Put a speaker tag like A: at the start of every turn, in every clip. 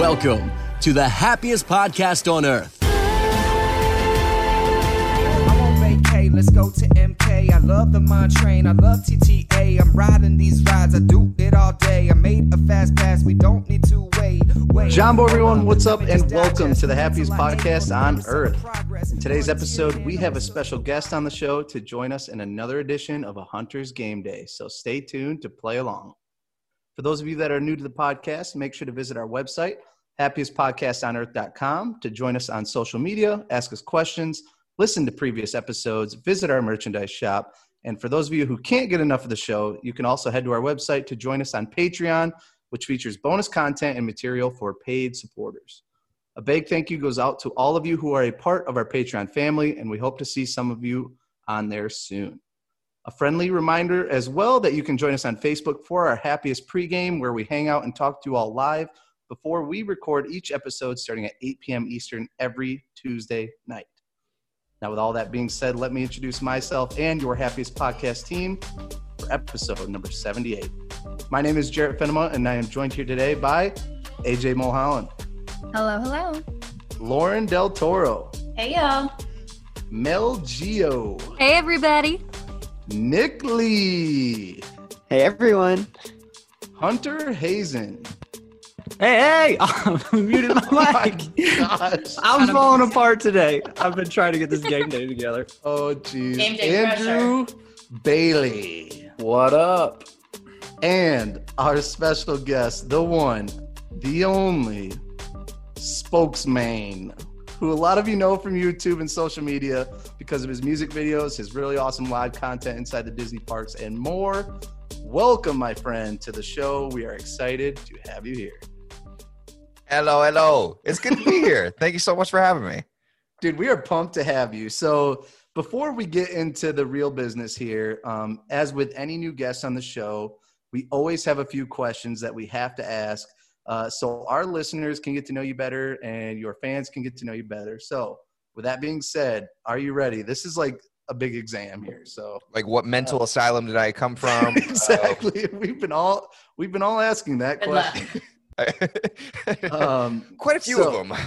A: Welcome to the happiest podcast on earth.
B: I'm on vacay, let's go to MK. I love the Mon Train, I love TTA. I'm riding these rides, I do it all day. I made a fast pass, we don't need to wait. wait.
C: Jumbo, everyone, what's up, and welcome to the happiest podcast on earth. In today's episode, we have a special guest on the show to join us in another edition of A Hunter's Game Day, so stay tuned to play along. For those of you that are new to the podcast, make sure to visit our website, happiestpodcastonearth.com, to join us on social media, ask us questions, listen to previous episodes, visit our merchandise shop. And for those of you who can't get enough of the show, you can also head to our website to join us on Patreon, which features bonus content and material for paid supporters. A big thank you goes out to all of you who are a part of our Patreon family, and we hope to see some of you on there soon. A friendly reminder as well that you can join us on Facebook for our happiest pregame, where we hang out and talk to you all live before we record each episode starting at 8 p.m. Eastern every Tuesday night. Now, with all that being said, let me introduce myself and your happiest podcast team for episode number 78. My name is Jarrett Fenema, and I am joined here today by AJ Mulholland,
D: Hello, hello.
C: Lauren Del Toro,
D: Hey, y'all.
C: Mel Geo,
D: Hey, everybody.
C: Nick Lee,
E: Hey everyone!
C: Hunter Hazen.
E: Hey hey! I muted
C: Oh
E: my mic.
C: gosh.
E: I'm falling apart today. I've been trying to get this game day together.
C: Oh, geez.
F: Game day
C: Andrew Bailey.
E: What up?
C: And our special guest, the one, the only spokesman, who a lot of you know from YouTube and social media because of his music videos, his really awesome live content inside the Disney parks, and more. Welcome, my friend, to the show. We are excited to have you here.
G: Hello, hello. It's good to be here. Thank you so much for having me.
C: Dude, we are pumped to have you. So, before we get into the real business here, um, as with any new guest on the show, we always have a few questions that we have to ask uh, so our listeners can get to know you better and your fans can get to know you better. So, with that being said, are you ready? This is like a big exam here. So,
G: Like what mental asylum did I come from?
C: Uh, exactly, we've been all we've been all asking that
F: Good luck.
C: question.
G: Uh,
C: Um,
G: Quite a few
C: so-
G: of them.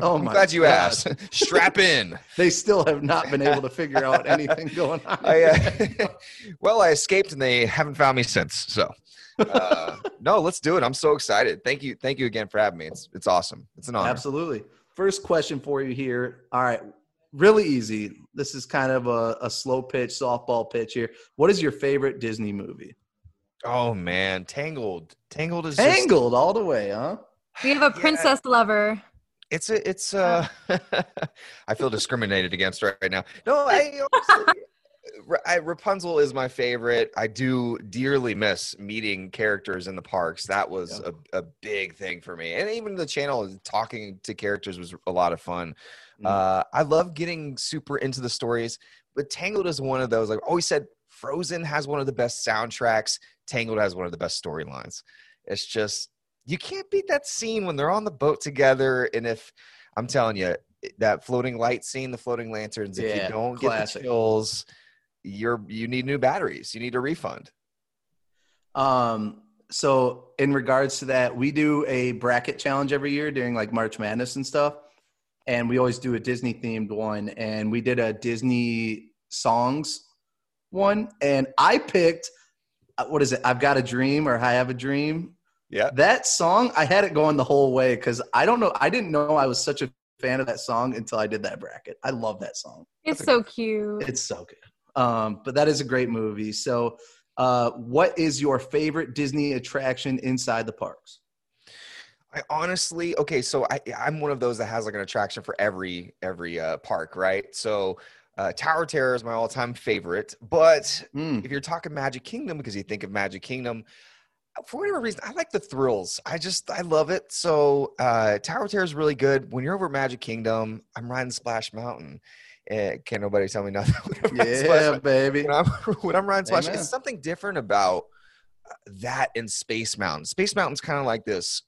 C: oh
G: I'm
C: my
G: glad you
C: God.
G: asked. Strap in.
C: They still have not been able to figure out anything going on.
G: I, uh, well, I escaped and they haven't found me since. So, uh, no, let's do it. I'm so excited. Thank you. Thank you again for having me. It's, it's awesome. It's an honor.
C: Absolutely. First question for you here. All right. Really easy. This is kind of a, a slow pitch, softball pitch here. What is your favorite Disney movie?
G: Oh, man. Tangled. Tangled is just-
C: Tangled all the way, huh?
D: We have a
G: Yeah.
D: princess lover.
G: it's a, it's uh i feel discriminated against right now no i honestly- Ra- I- rapunzel is my favorite i do dearly miss meeting characters in the parks that was
C: Yeah.
G: a, a big thing for me and even the channel talking to characters was a lot of fun
C: Mm.
G: uh i love getting super into the stories but tangled is one of those like I always said frozen has one of the best soundtracks tangled has one of the best storylines it's just you can't beat that scene when they're on the boat together. And if I'm telling you it- that floating light scene, the floating lanterns, if
C: Yeah,
G: you don't
C: classic.
G: get the chills, you're you need new batteries. You need a refund.
C: Um, so in regards to that, we do a bracket challenge every year during like March Madness and stuff. And we always do a Disney themed one. And we did a Disney songs one. And I picked uh, what is it? I've got a dream or I have a dream.
G: Yeah.
C: That song, I had it going the whole way because I don't know. I didn't know I was such a fan of that song until I did that bracket. I love that song.
D: It's so cute.
C: It's so good. Um, but that is a great movie. So, uh, what is your favorite Disney attraction inside the parks?
G: I honestly, okay, so I I'm one of those that has like an attraction for every every uh, park, right? So uh, Tower Terror is my all-time favorite, but
C: Mm,
G: if you're talking Magic Kingdom, because you think of Magic Kingdom, for whatever reason, I like the thrills. I just I love it. So uh, Tower Terror is really good. When you're over at Magic Kingdom, I'm riding Splash Mountain. Eh, can't nobody tell me nothing. when I'm riding Splash
C: yeah, baby.
G: when I'm, when I'm riding Splash,
C: Amen.
G: it's something different about uh, that in Space Mountain. Space Mountain's kind of like this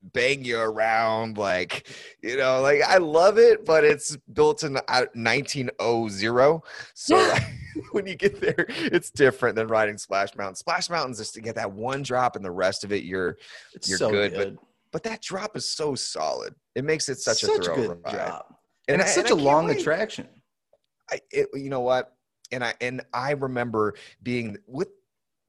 G: bang you around, like, you know, like I love it, but it's built in uh, 1900. So
D: Yeah.
G: like, when you get there, it's different than riding Splash Mountain. Splash Mountain's just to get that one drop and the rest of it, you're
C: It's
G: you're
C: so good.
G: good, But that drop is so solid. It makes it such, a throw
C: good
G: ride.
C: job.
G: And
C: And,
G: I-
C: it's
G: and
C: such
G: I
C: a
G: can't
C: long
G: wait.
C: attraction.
G: I, it, you know what? And I and I remember being with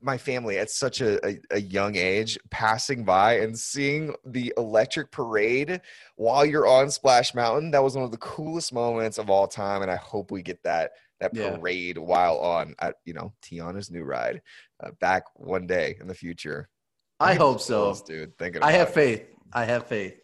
G: my family at such a, a, a young age, passing by and seeing the electric parade while you're on Splash Mountain. That was one of the coolest moments of all time, and I hope we get that that
C: Yeah.
G: parade while on at you know Tiana's new ride uh, back one day in the future.
C: I
G: I'm
C: hope so.
G: chills, dude. Thinking
C: I
G: about
C: have
G: it.
C: faith. I have faith.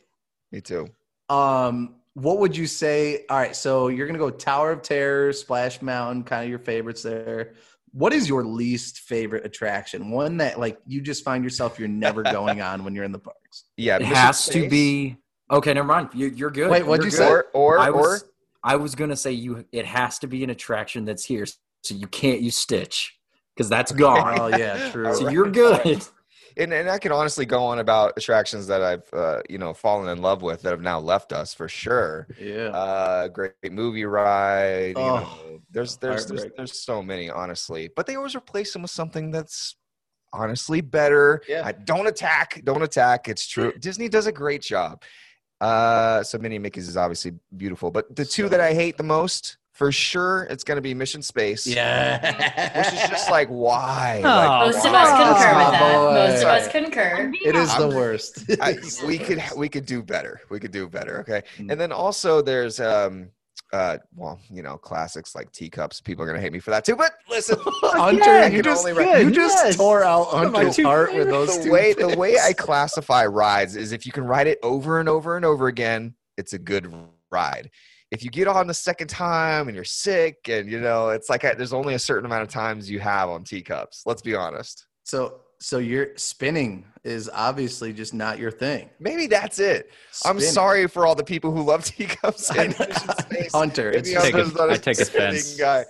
G: Me too.
C: Um, what would you say? All right, so you're gonna go Tower of Terror, Splash Mountain, kind of your favorites there. What is your least favorite attraction? One that like you just find yourself you're never going on when you're in the parks.
G: Yeah,
E: It
G: Mission
E: has to
G: Space
E: be. Okay, never mind. You, you're good.
C: Wait, what'd
E: You're
C: you
E: good.
C: say?
G: Or or
E: I was,
G: or
E: I was gonna say you. It has to be an attraction that's here, so you can't use Stitch because that's gone.
C: Oh yeah, true.
E: So
G: Alright,
E: you're good.
G: alright. and, and I could honestly go on about attractions that I've uh, you know fallen in love with that have now left us for sure.
C: Yeah.
G: Uh, great movie ride. you
C: Oh,
G: know, there's there's there's,
C: heartbreak.
G: there's so many honestly, but they always replace them with something that's honestly better.
C: Yeah.
G: I, don't attack, don't attack. It's true. Disney does a great job. Uh, so Minnie and Mickey's is obviously beautiful, but the two that I hate the most for sure, it's going to be Mission Space.
C: Yeah.
G: Which is just like why?
E: Oh,
G: Like,
F: Most of
G: why?
F: us concur
C: my
F: with that.
C: boy.
F: Most of us
G: Sorry.
F: concur.
C: it is the
G: I'm-
C: worst.
G: I, we could we could do better. We could do better. Okay.
C: Mm.
G: And then also there's um uh well you know classics like teacups. People are gonna hate me for that too. But listen,
C: Hunter,
G: I
C: you
G: can
C: just
G: only
C: you
G: re-
C: just
E: yes.
C: tore out
E: are my
C: Hunter's
E: two
C: heart with those
G: the
C: two.
G: way the way I
C: things.
G: classify rides is if you can ride it over and over and over again, it's a good ride. If you get on the second time and you're sick and you know it's like I, there's only a certain amount of times you have on teacups. Let's be honest.
C: so so your spinning is obviously just not your thing.
G: Maybe that's it. I'm
C: Spinning.
G: sorry for all the people who love teacups
C: I
G: and
C: know.
G: Mission Space.
C: Hunter,
G: Maybe
C: it's
G: I'm
C: just,
H: Take a-
G: just not a
H: I take
G: spinning
H: offense.
G: Guy.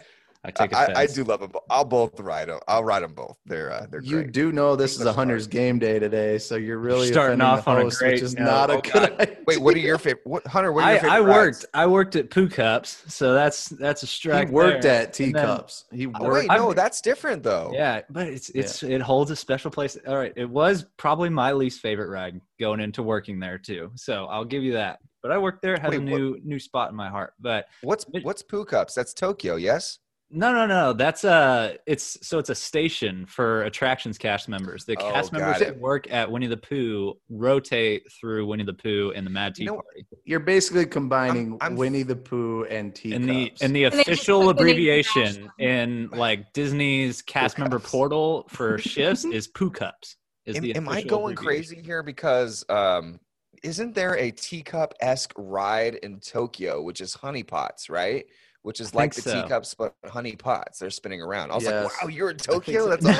H: I take
G: I,
H: offense.
G: I do love them. bo- I'll both ride them. I'll ride them both. They're uh, they're
C: you
G: great.
C: do know this
G: Take
C: is
G: the
C: a Hunter's game day today, so you're really
H: starting
C: offending
H: off
C: the
H: on a
C: host,
H: great
C: which is
H: note.
C: not a
G: Oh,
C: good
G: God.
C: idea.
G: Wait, what are your favorite? What Hunter? What are
H: I,
G: your favorite?
H: I
G: rides?
H: worked. I worked at Poo Cups, so that's that's a
C: He
H: strike.
C: worked
H: there.
C: at teacups. He
G: Oh,
C: worked.
G: wait, no, that's different though.
H: Yeah, but it's it's it holds a special place. All right, it was probably my least favorite ride going into working there too. So I'll give you that. But I worked there, it had a
G: Wait, what-
H: new new spot in my heart. But
G: What's what's Poo Cups? That's Tokyo. Yes.
H: no, no, no. That's a it's so it's a station for attractions cast members. The
G: Oh,
H: cast members
G: got it.
H: that work at Winnie the Pooh rotate through Winnie the Pooh and the Mad Tea
G: You know-
H: Party.
C: You're basically combining
G: I'm- I'm-
C: Winnie the Pooh and teacups.
H: And the and the
D: And they just
H: official
D: put the name
H: abbreviation
D: National.
H: in like Disney's cast member
G: Cups.
H: portal for shifts is Poo Cups. Is
G: Am,
H: the
G: am I
H: official
G: going
H: abbreviation.
G: crazy here? Because um, isn't there a teacup esque ride in Tokyo, which is honey pots, right? Which is
H: I
G: like the
H: think so.
G: teacups, but honey pots. They're spinning around. I was
C: Yes.
G: like, wow, you're in Tokyo.
C: so.
G: That's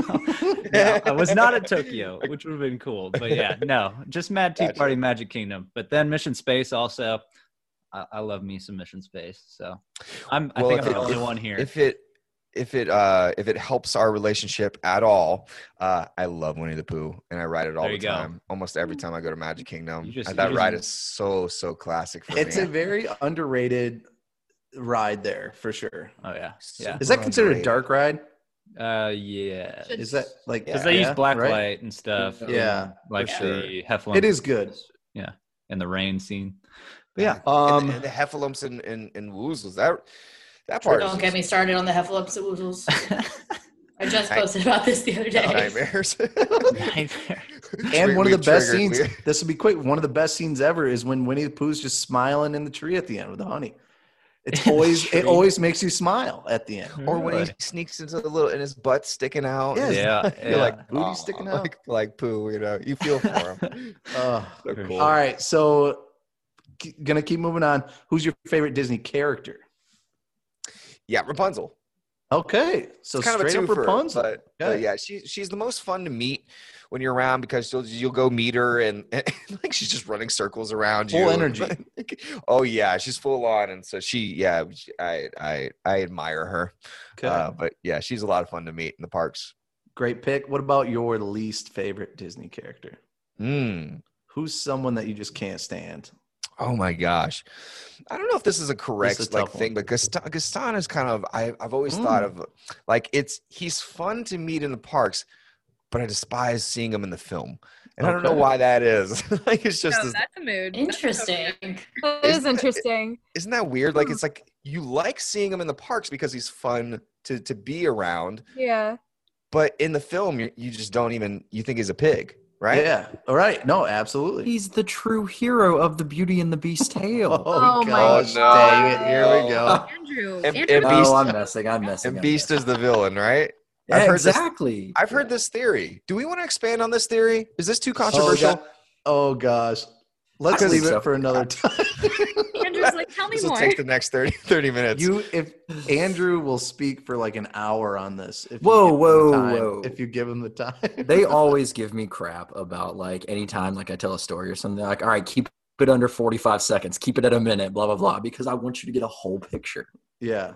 G: awesome.
H: no, no, I was not at Tokyo, which would have been cool. But yeah, no, just Mad Tea
G: Gotcha.
H: Party, Magic Kingdom. But then Mission Space also. I, I love me some Mission Space, so I'm. I
G: Well,
H: think
G: if
H: I'm the
G: it-
H: only one here.
G: if it if it uh if it helps our relationship at all uh i love winnie the pooh and i ride it all
H: There
G: the
H: you go.
G: time almost every time i go to magic kingdom
H: You just-
G: And
H: you
G: that
H: just-
G: ride is so so classic for
C: it's
G: me
C: a very underrated ride there for sure.
H: oh yeah, yeah,
C: Is that considered a
G: Underrated.
C: dark ride?
H: uh, yeah.
F: Should-
C: Is that like
H: Because they
C: yeah,
H: use black
C: right?
H: light and stuff.
C: Yeah,
H: and, like
F: for
H: the Heflin.
C: It is good.
H: and the rain scene. But
G: yeah
H: yeah,
G: um and,
C: Um,
G: the heffalumps and and, and woozles that that part
F: Don't
G: is
F: get me started on the Heffalumps and Woozles. I just posted about this the other day.
G: nightmares
H: nightmare.
C: and
G: We-
C: one of the
G: we've
C: best
G: triggered-
C: scenes. This will be quick. One of the best scenes ever is when Winnie the Pooh's just smiling in the tree at the end with the honey. It's
H: In the
C: always it
H: tree.
C: always makes you smile at the end.
H: Oh,
G: we- or when he sneaks into the little and his butt sticking out and
C: Yes.
H: yeah,
G: you're
H: yeah.
G: like
C: Booty
G: "Aw,"
C: sticking out.
G: like, like poo you know you feel for him
C: Uh,
G: So cool.
C: all right, so k- gonna keep moving on. Who's your favorite Disney character?
G: yeah rapunzel
C: Okay, so
G: it's kind
C: straight
G: of a
C: up
G: twofer,
C: Rapunzel.
G: But, but
C: Okay.
G: yeah, she, she's the most fun to meet when you're around because you'll, you'll go meet her and, and like she's just running circles around
C: Full
G: you.
C: energy.
G: oh yeah, she's full on, and so she yeah, she- I I I admire her.
C: okay,
G: Uh, but yeah, she's a lot of fun to meet in the parks.
C: great pick. What about your least favorite Disney character?
G: Mm.
C: Who's someone that you just can't stand?
G: Oh my gosh, I don't know if this is a correct
C: This is a
G: like
C: tough Mm.
G: thing, but Gaston, Gaston is kind of I, I've always thought of like it's he's fun to meet in the parks, but I despise seeing him in the film. And I don't know
C: Okay.
G: why that is. like it's just
I: No,
G: this,
I: Oh, that's a mood.
F: Interesting.
D: That
G: Isn't
D: is
G: that-
D: interesting.
G: isn't that weird? Like it's like you like seeing him in the parks because he's fun to to be around,
D: Yeah.
G: but in the film you, you just don't even you think he's a pig, right?
C: Yeah. All right. No, absolutely.
E: He's the true hero of the Beauty and the Beast tale.
D: Oh my
C: gosh,
G: God.
C: dang it. Here we go.
I: Andrew.
G: If-
I: Andrew.
G: if- Beast-
E: Oh, I'm messing. I'm messing.
G: And
E: I'm
G: Beast
E: messing.
G: is the villain, right?
E: Yeah,
G: I've heard this-
E: exactly.
G: I've heard this theory. Do we want to expand on this theory? Is this too controversial?
C: Oh, God. Oh, gosh. Let's
E: I think
C: leave it
E: so.
C: for another time.
I: Andrew's like, tell me
G: this will
I: more.
G: take the next 30, 30 minutes.
C: you if Andrew will speak for like an hour on this. If you
E: Whoa,
C: give him the
E: whoa,
C: time,
E: whoa.
C: If you give him the time.
E: they always give me crap about like anytime like I tell a story or something. They're like, all right, keep it under 45 seconds. Keep it at a minute. Blah blah blah. Because I want you to get a whole picture.
C: Yeah.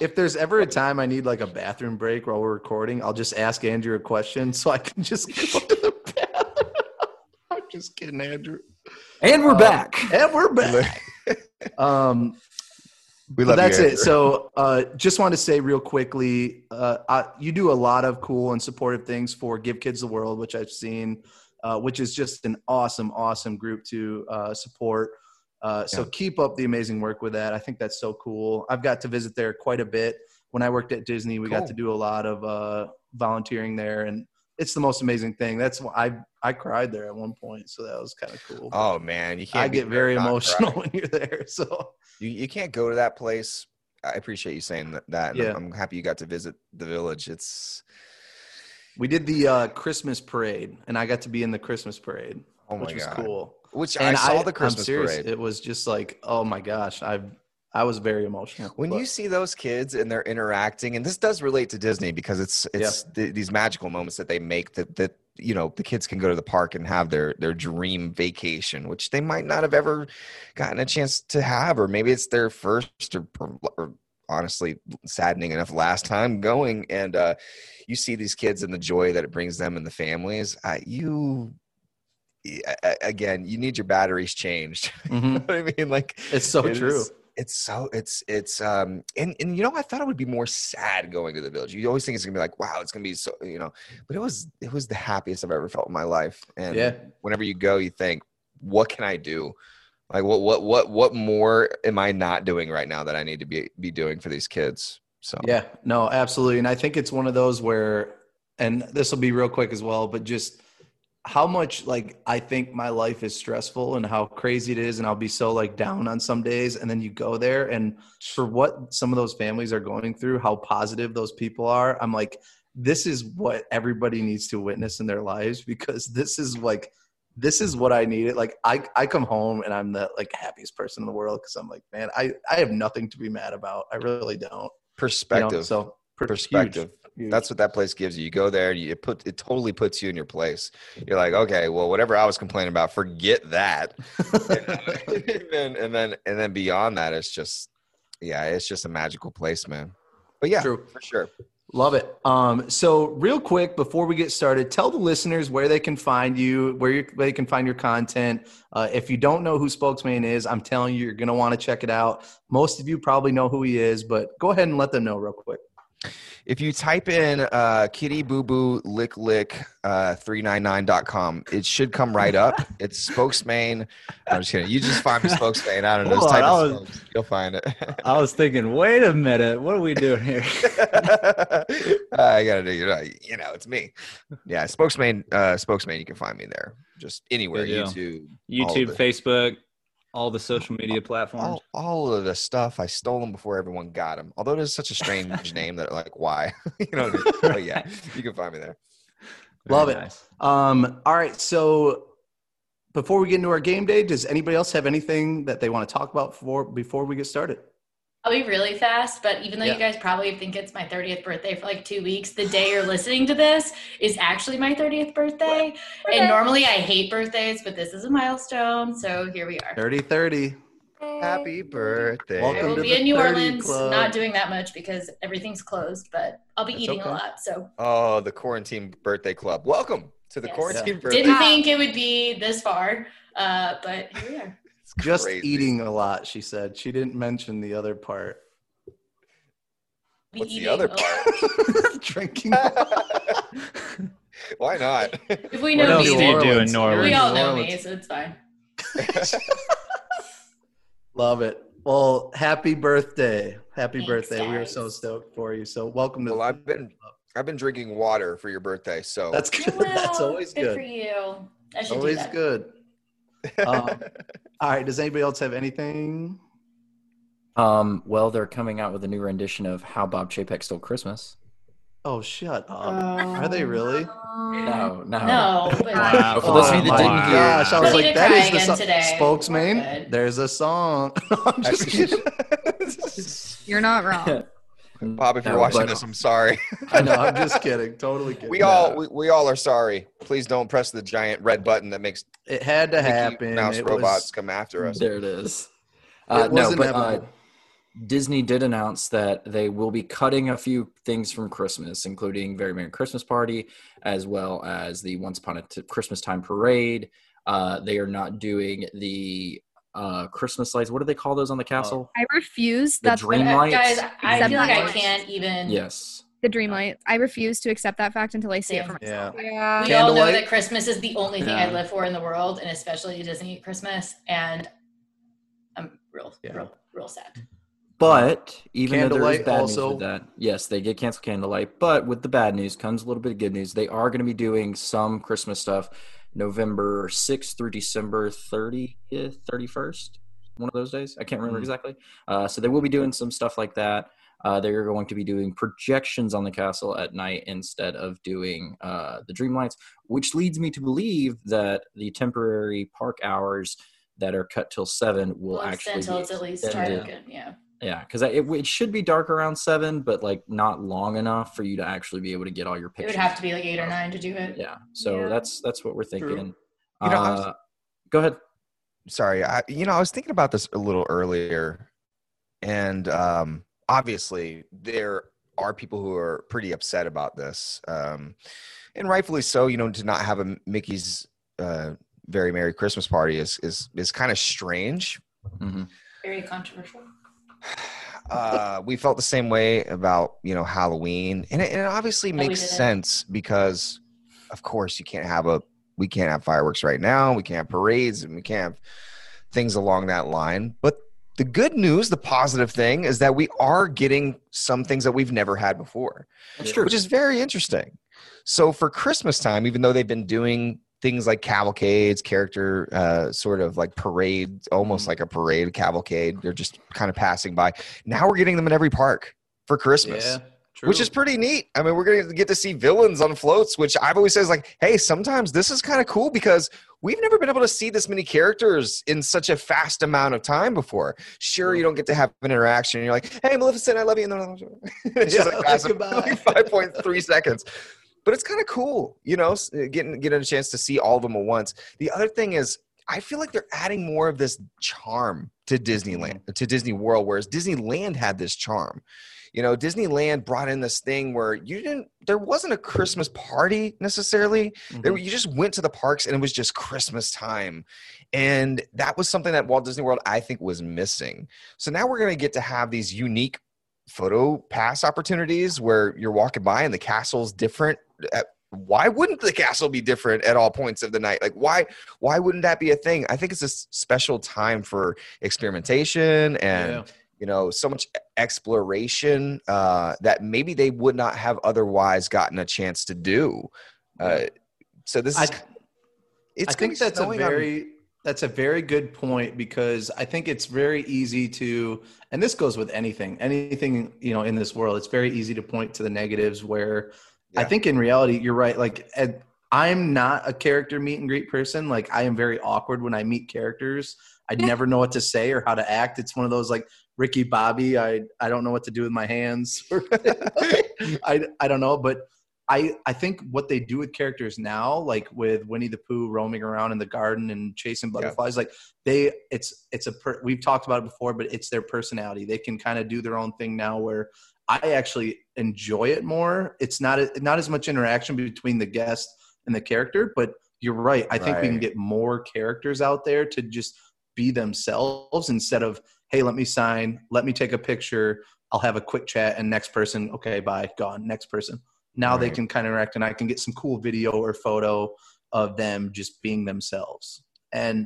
C: If there's ever a time I need like a bathroom break while we're recording, I'll just ask Andrew a question so I can just go to the bathroom. I'm just kidding, Andrew.
E: And
G: Oh.
E: we're
C: Uh,
E: back.
C: And we're back. um,
G: we
C: but
G: love you,
C: that's
G: Andrew.
C: it. So, uh, just want to say real quickly, uh, I, you do a lot of cool and supportive things for Give Kids the World, which I've seen, uh, which is just an awesome, awesome group to uh, support. Uh, so
G: Yeah.
C: keep up the amazing work with that. I think that's so cool. I've got to visit there quite a bit. When I worked at Disney, we got
G: Cool.
C: to do a lot of uh, volunteering there, and it's the most amazing thing. That's why I I cried there at one point, so that was kind of cool.
G: Oh man, you can't
C: I
G: be
C: get very
G: not
C: emotional
G: crying.
C: when you're there, so.
G: You you can't go to that place. I appreciate you saying that. that and
C: Yeah.
G: I'm, I'm happy you got to visit the village. It's
C: We did the uh, Christmas parade, and I got to be in the Christmas parade,
G: oh my
C: which was
G: god,
C: cool.
G: Which
C: And
G: I saw
C: I'm
G: the Christmas
C: serious,
G: parade.
C: It was just like, oh my gosh, I I was very emotional.
G: when
C: but-
G: you see those kids and they're interacting, and this does relate to Disney because it's
C: Yeah.
G: it's th- these magical moments that they make that that you know the kids can go to the park and have their their dream vacation, which they might not have ever gotten a chance to have, or maybe it's their first or, or, or honestly saddening enough last time going, and uh, you see these kids and the joy that it brings them and the families. Uh, you a- a- again, you need your batteries changed. you know
C: Mhm.
G: what I mean? Like
C: it's so
G: it
C: true.
G: is- it's so it's it's um and and you know I thought it would be more sad going to the village. You always think it's gonna be like wow it's gonna be so you know, but it was it was the happiest I've ever felt in my life. And
C: yeah,
G: whenever you go, you think, what can I do? Like what what what what more am I not doing right now that I need to be be doing for these kids? So
C: yeah, no, absolutely. And I think it's one of those where, and this will be real quick as well, but just how much like I think my life is stressful and how crazy it is, and I'll be so like down on some days, and then you go there, and for what some of those families are going through, how positive those people are, I'm like, this is what everybody needs to witness in their lives because this is like this is what I needed. Like I, I come home and I'm the like happiest person in the world because I'm like, man, I, I have nothing to be mad about. I really don't. you know?
G: perspective.
C: So per-
G: perspective.
C: huge.
G: That's what that place gives you. You go there and you, it put it totally puts you in your place. You're like, okay, well, whatever I was complaining about, forget that. and, then, and then and then beyond that, it's just yeah, it's just a magical place, man. But yeah,
C: True.
G: for sure.
C: Love it. Um, so real quick before we get started, tell the listeners where they can find you, where, you, where they can find your content. Uh, if you don't know who Spokesman is, I'm telling you, you're gonna want to check it out. Most of you probably know who he is, but go ahead and let them know real quick.
G: If you type in uh, kitty boo boo lick lick uh, 399.com, it should come right up. It's spokesman. I'm just kidding. You just find me spokesman. I don't know.
H: Hold
G: Just
H: on,
G: type
H: I
G: in
H: was-
G: Spokes. You'll find it.
H: I was thinking, wait a minute, what are we doing here?
G: I gotta do you know, you know it's me. Yeah, spokesman, uh, spokesman. You can find me there. Just anywhere,
H: deal.
G: YouTube, All of
H: YouTube,
G: it. Oh,
H: Facebook, all the social media platforms.
G: all, all of the stuff. I stole them before everyone got them. Although it is such a strange name that like why, you know. What I mean? But yeah, you can find me there.
H: Very
C: Love it.
H: nice.
C: Um, all right, so before we get into our game day, does anybody else have anything that they want to talk about for before we get started?
F: I'll be really fast, but even though
C: Yeah.
F: you guys probably think it's my 30th birthday for like two weeks, the day you're listening to this is actually my 30th birthday. And normally I hate birthdays, but this is a milestone. So here we are.
C: 30 30.
G: Happy birthday!
C: Welcome
F: We'll
C: to
F: be
C: the
F: in New
C: 30
F: Orleans,
C: Club.
F: not doing that much because everything's closed, but I'll be
G: That's
F: eating
G: okay.
F: a lot. So
G: Oh, the quarantine birthday club. Welcome to the
F: Yes.
G: quarantine birthday.
F: didn't
D: Wow.
F: think it would be this far, uh, but here we are.
G: It's
C: Just
G: crazy.
C: eating a lot, she said. She didn't mention the other part.
F: Be
G: What's the
F: eating
G: other
F: a lot.
G: part?
C: Drinking. a lot.
G: Why not?
F: If we
C: What
F: know
C: else
F: me,
C: do you do
H: in New Orleans?
F: we all
C: New
F: know me,
C: Orleans.
F: so it's fine.
C: Love it. Well, happy birthday. Happy
F: Thanks,
C: birthday. We are
F: guys.
C: so stoked for you. So welcome to
G: well,
C: the
G: I've been I've been drinking water for your birthday, so
C: That's good. That's
F: Well,
C: always
F: good
C: good.
F: for you. I should do
C: Always
F: that.
C: good. Um, all right. Does anybody else have anything?
E: Um, well, they're coming out with a new rendition of How Bob Chapek Stole Christmas.
C: Oh, shut up.
F: Are
C: Are they really?
J: Mm-hmm.
E: No, no.
F: No.
J: Uh,
F: But
H: Wow.
E: For those of you that
C: Oh
E: didn't
C: my
E: hear-
C: gosh, I was
F: Ready
C: like,
F: to
C: that
F: cry
C: is the
F: again
C: song.
F: today. We're
C: Spokesman,
F: good.
C: there's a song. I'm just kidding.
D: You're not wrong.
G: Bob, if you're
E: No,
G: watching
E: but-
G: this, I'm sorry.
C: I know, I'm just kidding. Totally kidding.
G: We all we, we all are sorry. Please don't press the giant red button that makes
C: it had to
G: Mickey
C: happen.
G: Mouse
C: It
G: robots
C: was,
G: come after us.
E: There it is. Uh,
C: it was
E: no, but uh,
C: inevitable.
E: Disney did announce that they will be cutting a few things from Christmas, including Very Merry Christmas Party, as well as the Once Upon a T- Christmas Time Parade. Uh, they are not doing the uh, Christmas lights. What do they call those on the castle?
I: I refuse.
E: the
I: That's
E: dream lights.
F: Guys, I
I: Except
F: feel like I
I: lights.
F: can't even.
E: yes.
I: the Dreamlight. I refuse to accept that fact until I see it
F: Same.
I: for myself.
C: yeah.
D: yeah.
F: We all know
C: Candlelight?
F: that Christmas is the only thing I
H: Yeah.
F: live for in the world, and especially Disney Christmas. And I'm real,
C: Yeah.
F: real, real sad.
E: But even though there is
C: Candlelight
E: bad
C: also-
E: news with that, yes, they did cancel Candlelight. But with the bad news comes a little bit of good news. They are going to be doing some Christmas stuff November 6th through December 30th, 31st, one of those days. I can't remember
C: Mhm.
E: exactly. Uh, so they will be doing some stuff like that. Uh, they're going to be doing projections on the castle at night instead of doing uh, the dream lights, which leads me to believe that the temporary park hours that are cut till seven will
F: Well,
E: actually
F: until
E: be
F: it's at least
E: extended.
F: dark. and- Yeah.
E: Yeah, because it, it should be dark around seven, but like not long enough for you to actually be able to get all your
F: It
E: pictures.
F: would have to be like eight or nine to do it.
E: Yeah, so
I: Yeah.
E: that's that's what we're thinking.
G: You know, I was-
E: uh, go ahead.
C: Mm-hmm.
G: sorry I, you know i was thinking about this a little earlier and um obviously there are people who are pretty upset about this um and rightfully so you know to not have a mickey's uh very merry christmas party is is is kind of strange
E: Mhm.
F: Very controversial.
G: uh we felt the same way about you know halloween and it, and it obviously
F: we
G: makes
F: didn't.
G: sense because of course you can't have a we can't have fireworks right now we can't have parades and we can't have things along that line but the good news the positive thing is that we are getting some things that we've never had before
E: That's true.
G: which is very interesting. So for Christmas time, even though they've been doing things like cavalcades, character uh, sort of like parade, almost like a parade cavalcade, they're just kind of passing by. Now we're getting them in every park for Christmas.
C: Yeah, true.
G: Which is pretty neat. I mean, we're going to get to see villains on floats, which I've always said is like, hey, sometimes this is kind of cool because we've never been able to see this many characters in such a fast amount of time before. Sure, you don't get to have an interaction. And you're like, hey, Maleficent, I love you. And then it's just
C: Yeah,
G: like, pass it
C: goodbye.
G: by. 5.3 seconds. But it's kind of cool, you know, s- getting, getting a chance to see all of them at once. The other thing is, I feel like they're adding more of this charm to Disneyland, to Disney World, whereas Disneyland had this charm. You know, Disneyland brought in this thing where you didn't, there wasn't a Christmas party necessarily. There, you just went to the parks and it was just Christmas time. And that was something that Walt Disney World, I think, was missing. So now we're going to get to have these unique photo pass opportunities where you're walking by and the castle's different. Uh, Why wouldn't the castle be different at all points of the night? Like, why why wouldn't that be a thing? I think it's a s- special time for experimentation and
C: Yeah.
G: you know so much e, exploration uh, that maybe they would not have otherwise gotten a chance to do. Uh, so this
C: I-
G: is it's
C: I think that's a very that's a very good point because I think it's very easy to and this goes with anything anything you know in this world it's very easy to point to the negatives where I
G: Yeah.
C: think in reality you're right like Ed, I'm not a character meet and greet person like I am very awkward when I meet characters I never know what to say or how to act it's one of those like Ricky Bobby I I don't know what to do with my hands I I don't know but I, I think what they do with characters now, like with Winnie the Pooh roaming around in the garden and chasing butterflies, like they it's it's a per, we've talked about it before, but it's their personality. They can kind of do their own thing now, where I actually enjoy it more. It's not a, not as much interaction between the guest and the character, but you're right. I think we can
G: Right.
C: get more characters out there to just be themselves instead of hey, let me sign, let me take a picture, I'll have a quick chat, and next person, okay, bye, gone, next person Now they
G: Right.
C: can kind of interact, and I can get some cool video or photo of them just being themselves. And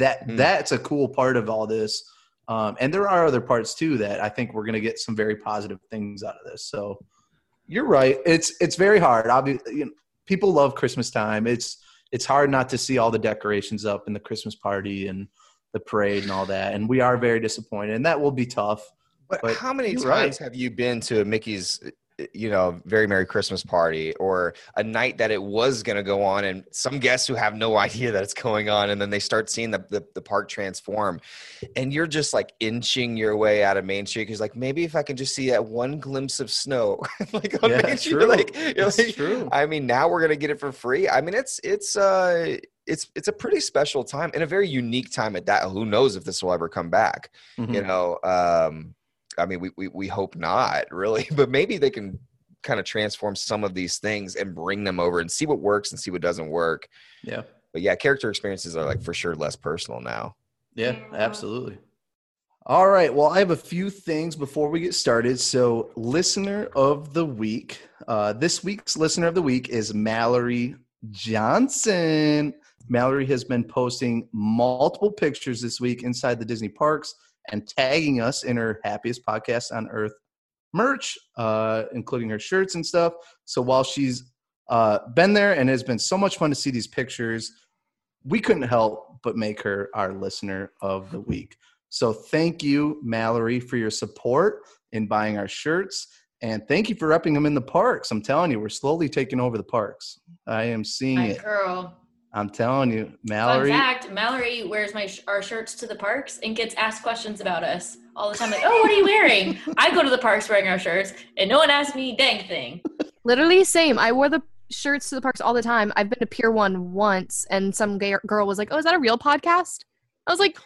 C: that
G: Hmm.
C: that's a cool part of all this. Um, and there are other parts too that I think we're going to get some very positive things out of this. So you're right. It's it's very hard. Obviously, you know, people love Christmas time. It's it's hard not to see all the decorations up and the Christmas party and the parade and all that. And we are very disappointed, and that will be tough.
G: But,
C: But
G: how many times
C: you're right.
G: have you been to a Mickey's, uh, you know, very Merry Christmas party or a night that it was going to go on and some guests who have no idea that it's going on and then they start seeing the, the, the park transform and you're just like inching your way out of Main Street because like maybe if I can just see that one glimpse of snow like on
C: Yeah,
G: Main Street,
C: true.
G: like, you're
C: It's
G: like,
C: true.
G: I mean, now we're gonna get it for free. I mean, it's it's uh it's it's a pretty special time and a very unique time at that. Who knows if this will ever come back? You
H: Mm-hmm.
G: know, um, I mean, we, we we hope not, really, but maybe they can kind of transform some of these things and bring them over and see what works and see what doesn't work.
C: Yeah.
G: But yeah, character experiences are like for sure less personal now.
C: Yeah, absolutely. All right. Well, I have a few things before we get started. So, listener of the week, uh, this week's listener of the week is Mallory Johnson. Mallory has been posting multiple pictures this week inside the Disney parks and tagging us in her happiest podcast on earth merch, uh, including her shirts and stuff. So, while she's uh, been there and it has been so much fun to see these pictures, we couldn't help but make her our listener of the week. So thank you, Mallory, for your support in buying our shirts. And thank you for repping them in the parks. I'm telling you, we're slowly taking over the parks. I am seeing
F: My
C: it.
F: girl.
C: I'm telling you,
F: Fun
C: Mallory.
F: fact: Mallory wears my sh- our shirts to the parks and gets asked questions about us all the time. Like, oh, what are you wearing? I go to the parks wearing our shirts, and no one asks me dang thing.
I: Literally same. I wore the shirts to the parks all the time. I've been to Pier One once, and some gay girl was like, "Oh, is that a real podcast?" I was like,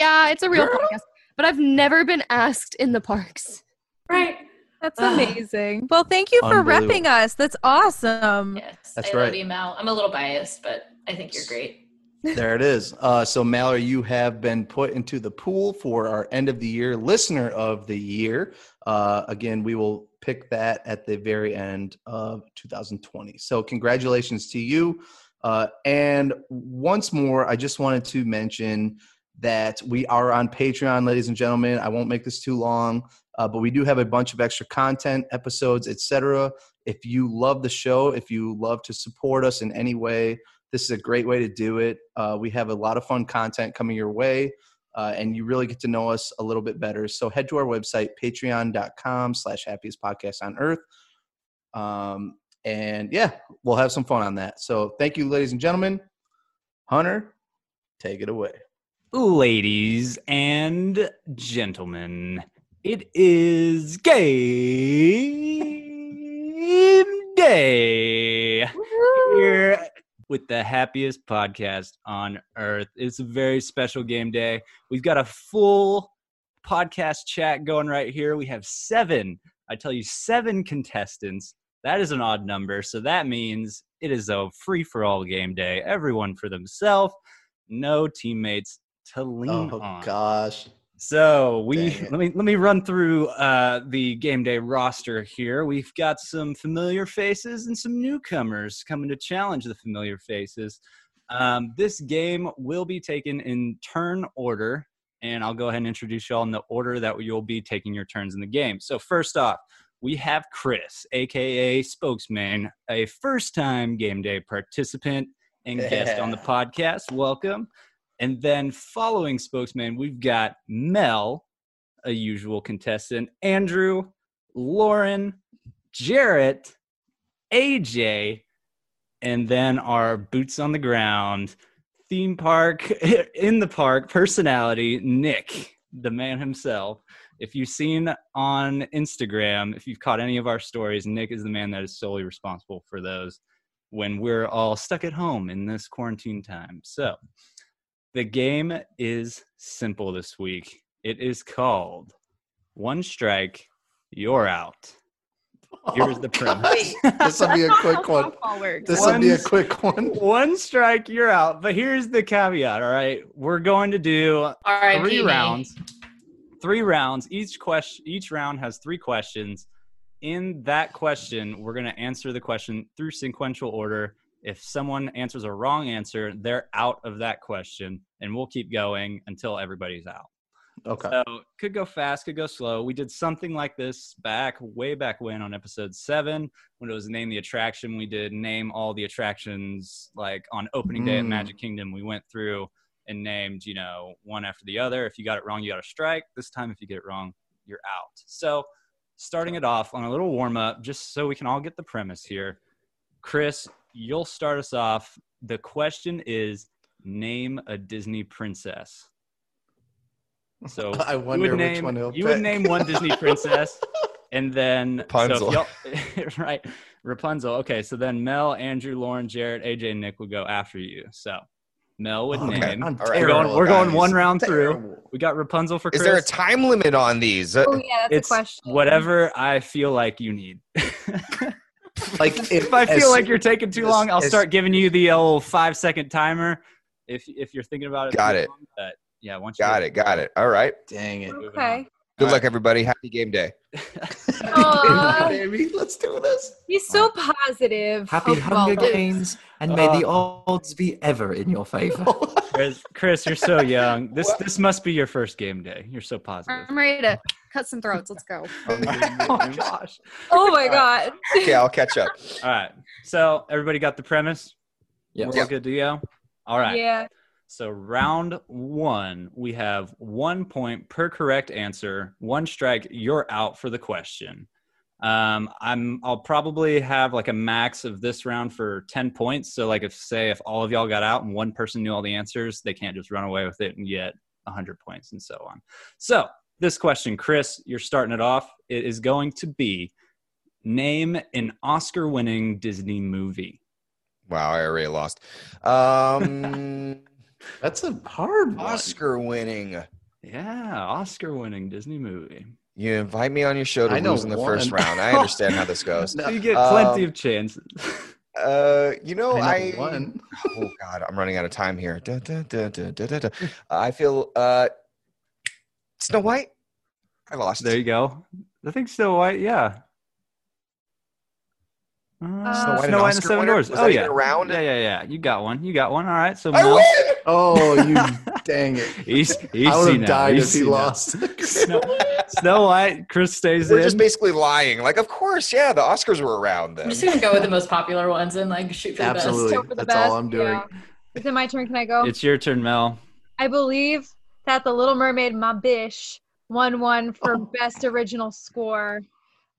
I: "Yeah, it's a real
F: Girl.
I: podcast." But I've never been asked in the parks.
F: Right?
J: That's
F: Ugh.
J: amazing. Well, thank you for repping
C: Unbelievable.
J: us. That's awesome.
F: Yes.
C: That's
F: I
C: right.
F: love you, Mal. I'm a little biased, but I think you're great.
C: there it is. Uh, so, Mallory, you have been put into the pool for our end of the year listener of the year. Uh, again, we will pick that at the very end of 2020. So, congratulations to you. Uh, and once more, I just wanted to mention that we are on Patreon, ladies and gentlemen. I won't make this too long, uh, but we do have a bunch of extra content, episodes, etc. If you love the show, if you love to support us in any way, this is a great way to do it. Uh, we have a lot of fun content coming your way, uh, and you really get to know us a little bit better. So head to our website, patreon.com slash happiest podcast on earth. Um, and yeah, we'll have some fun on that. So thank you, ladies and gentlemen. Hunter, take it away.
H: Ladies and gentlemen, it is game day here with the happiest podcast on earth. It's a very special game day. We've got a full podcast chat going right here. We have seven, I tell you, seven contestants. That is an odd number. So that means it is a free for all game day, everyone for themselves, no teammates to lean
C: Oh
H: on.
C: gosh.
H: So we
C: Dang it.
H: let me let me run through uh, the game day roster here. We've got some familiar faces and some newcomers coming to challenge the familiar faces. Um, this game will be taken in turn order, and I'll go ahead and introduce y'all in the order that you'll be taking your turns in the game. So first off, we have Chris, aka Spokesman, a first-time game day participant and guest on the
C: Yeah.
H: podcast. Welcome. And then following spokesman, we've got Mel, a usual contestant, Andrew, Lauren, Jarrett, AJ, and then our boots on the ground, theme park, in the park personality, Nick, the man himself. If you've seen on Instagram, if you've caught any of our stories, Nick is the man that is solely responsible for those when we're all stuck at home in this quarantine time. So, the game is simple this week. It is called One Strike, You're Out. Here's the premise.
C: Oh, this will be a quick one.
I: Softball works.
C: This will be a
H: One-
C: quick one.
H: One strike, you're out. But here's the caveat, all right? We're going to do
F: R.I.P.
H: three
F: me.
H: rounds. Three rounds. Each question each round has three questions. in that question, we're going to answer the question through sequential order. If someone answers a wrong answer, they're out of that question, and we'll keep going until everybody's out.
C: Okay.
H: So could go fast, could go slow. We did something like this back way back when on episode seven when it was name the attraction. We did name all the attractions like on opening day at
C: Mm.
H: Magic Kingdom. We went through and named you know one after the other. If you got it wrong, you got a strike. This time, if you get it wrong, you're out. So starting it off on a little warm up, just so we can all get the premise here. Chris, you'll start us off. The question is name a Disney princess. So
C: I
H: you would
C: wonder which
H: name-
C: one he'll
H: You would
C: pick.
H: name one Disney princess, and then
G: Rapunzel.
H: So if y'all- right, Rapunzel. Okay, so then Mel, Andrew, Lauren, Jared, AJ, and Nick would go after you. So Mel would
C: Okay,
H: name.
C: Oh, I'm
G: All
H: We're
G: right,
H: going,
C: terrible
H: we're
C: at
H: going
C: these.
H: one round through.
C: Terrible.
H: We got Rapunzel for
G: Is
H: Chris.
G: there a time limit on these? Uh,
J: Oh yeah, that's
H: it's
J: a question.
H: whatever I feel like you need.
C: Like
H: if I
C: as-
H: feel like you're taking too
C: as-
H: long, I'll
C: as-
H: start giving you the old five second timer. If if you're thinking about it,
G: Got
H: too
G: it.
H: long, but yeah, once you
G: Got it. Got it. All right.
C: Dang it.
H: moving
J: Okay.
G: Good
C: All
G: luck, everybody. Happy game day.
I: Oh,
J: Aw.
C: Baby, let's do this.
J: He's so positive.
E: Happy
J: Oh, well,
E: Hunger
J: well.
E: Games, and
H: may
E: may
C: Uh,
H: the
E: the odds be ever in your favor.
H: Chris, Chris, you're so young. This this must be your first game day. You're so positive.
I: I'm ready to cut some throats. Let's go.
H: oh my gosh.
J: Oh my god.
G: Okay, I'll catch up.
H: All right. So everybody got the premise?
E: Yes.
H: We're all
G: Yep.
H: good to go? All right.
J: Yeah.
H: So round one, we have one point per correct answer. One strike, you're out for the question. Um, I'm I'll probably have like a max of this round for ten points. So like if say if all of y'all got out and one person knew all the answers, they can't just run away with it and get hundred points and so on. So this question, Chris, you're starting it off. It is going to be name an Oscar-winning Disney movie.
G: Wow, I already lost. Um,
C: That's a hard
H: Oh,
C: one.
G: Oscar winning.
H: Yeah, Oscar-winning Disney movie.
G: You invite me on your show to
C: I know
G: lose in the first
C: one.
G: round. I understand how this goes.
C: No,
H: You get
G: Um,
H: plenty of chances.
G: Uh, you know,
C: I
G: I,
C: know one.
G: oh god, I'm running out of time here. Da, da, da, da, da, da, da. I feel uh, Snow White. I lost.
H: There you go. I think Snow White, yeah. Uh,
J: Snow White
G: an
H: Snow White and the
G: Oscar
H: Seven
G: winner?
H: Doors.
G: Was
H: oh
G: that
H: yeah,
G: even a round?
H: yeah, yeah, yeah. You got one. You got one. All right. So
G: I
H: Mel,
G: win.
C: Oh, you dang it.
H: he's, he's
C: I would
H: seen
C: have
H: now.
C: died
H: He's
C: if he
H: seen now.
C: lost.
H: Snow, Snow White. Chris stays
G: We're
H: in.
G: just basically lying. Like, of course, yeah, the Oscars were around
F: I'm
G: then.
F: just gonna go with the most popular ones and like shoot for
C: Absolutely.
J: Hope for the
C: That's all
J: best.
C: I'm doing.
J: Is it my turn? Can I go?
H: it's your turn, Mel.
J: I believe that The Little Mermaid Mabish won one for
I: Oh.
J: best original score.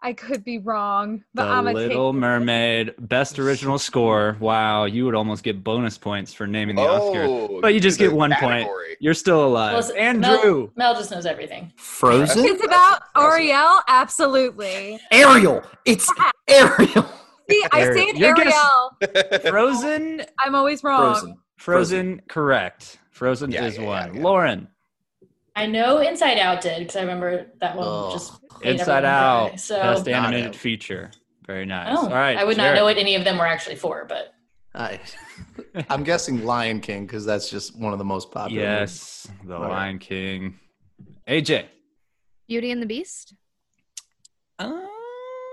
J: I could be wrong, but
H: the
J: I'm a
H: Little Mermaid, best original score. Wow, you would almost get bonus points for naming the Oscar.
G: Oh,
H: But you just
G: the
H: get one point.
G: category.
H: You're still
F: the
H: alive,
F: best.
H: Andrew.
F: Mel, Mel just knows everything.
E: Frozen?
J: It's about Ariel, absolutely.
E: Ariel! It's Ariel!
J: See, I say it
H: You're gonna s-
J: Ariel.
H: Frozen.
J: I'm always wrong.
E: Frozen.
H: Frozen, correct. Frozen
G: Yeah,
H: is
G: yeah, yeah,
H: one.
G: yeah.
H: Lauren,
F: I know Inside Out did because I remember that one
C: Oh.
F: just made everyone
H: Inside
F: cry.
H: Out,
F: So
H: best
C: Not
H: animated
C: out.
H: feature. Very nice.
F: oh,
H: All right,
F: I would not
H: Jared.
F: know what any of them were actually for, but
C: I, I'm guessing Lion King because that's just one of the most popular. movies.
H: Yes, The
C: All right.
H: Lion King. AJ.
I: Beauty and the Beast.
H: Uh,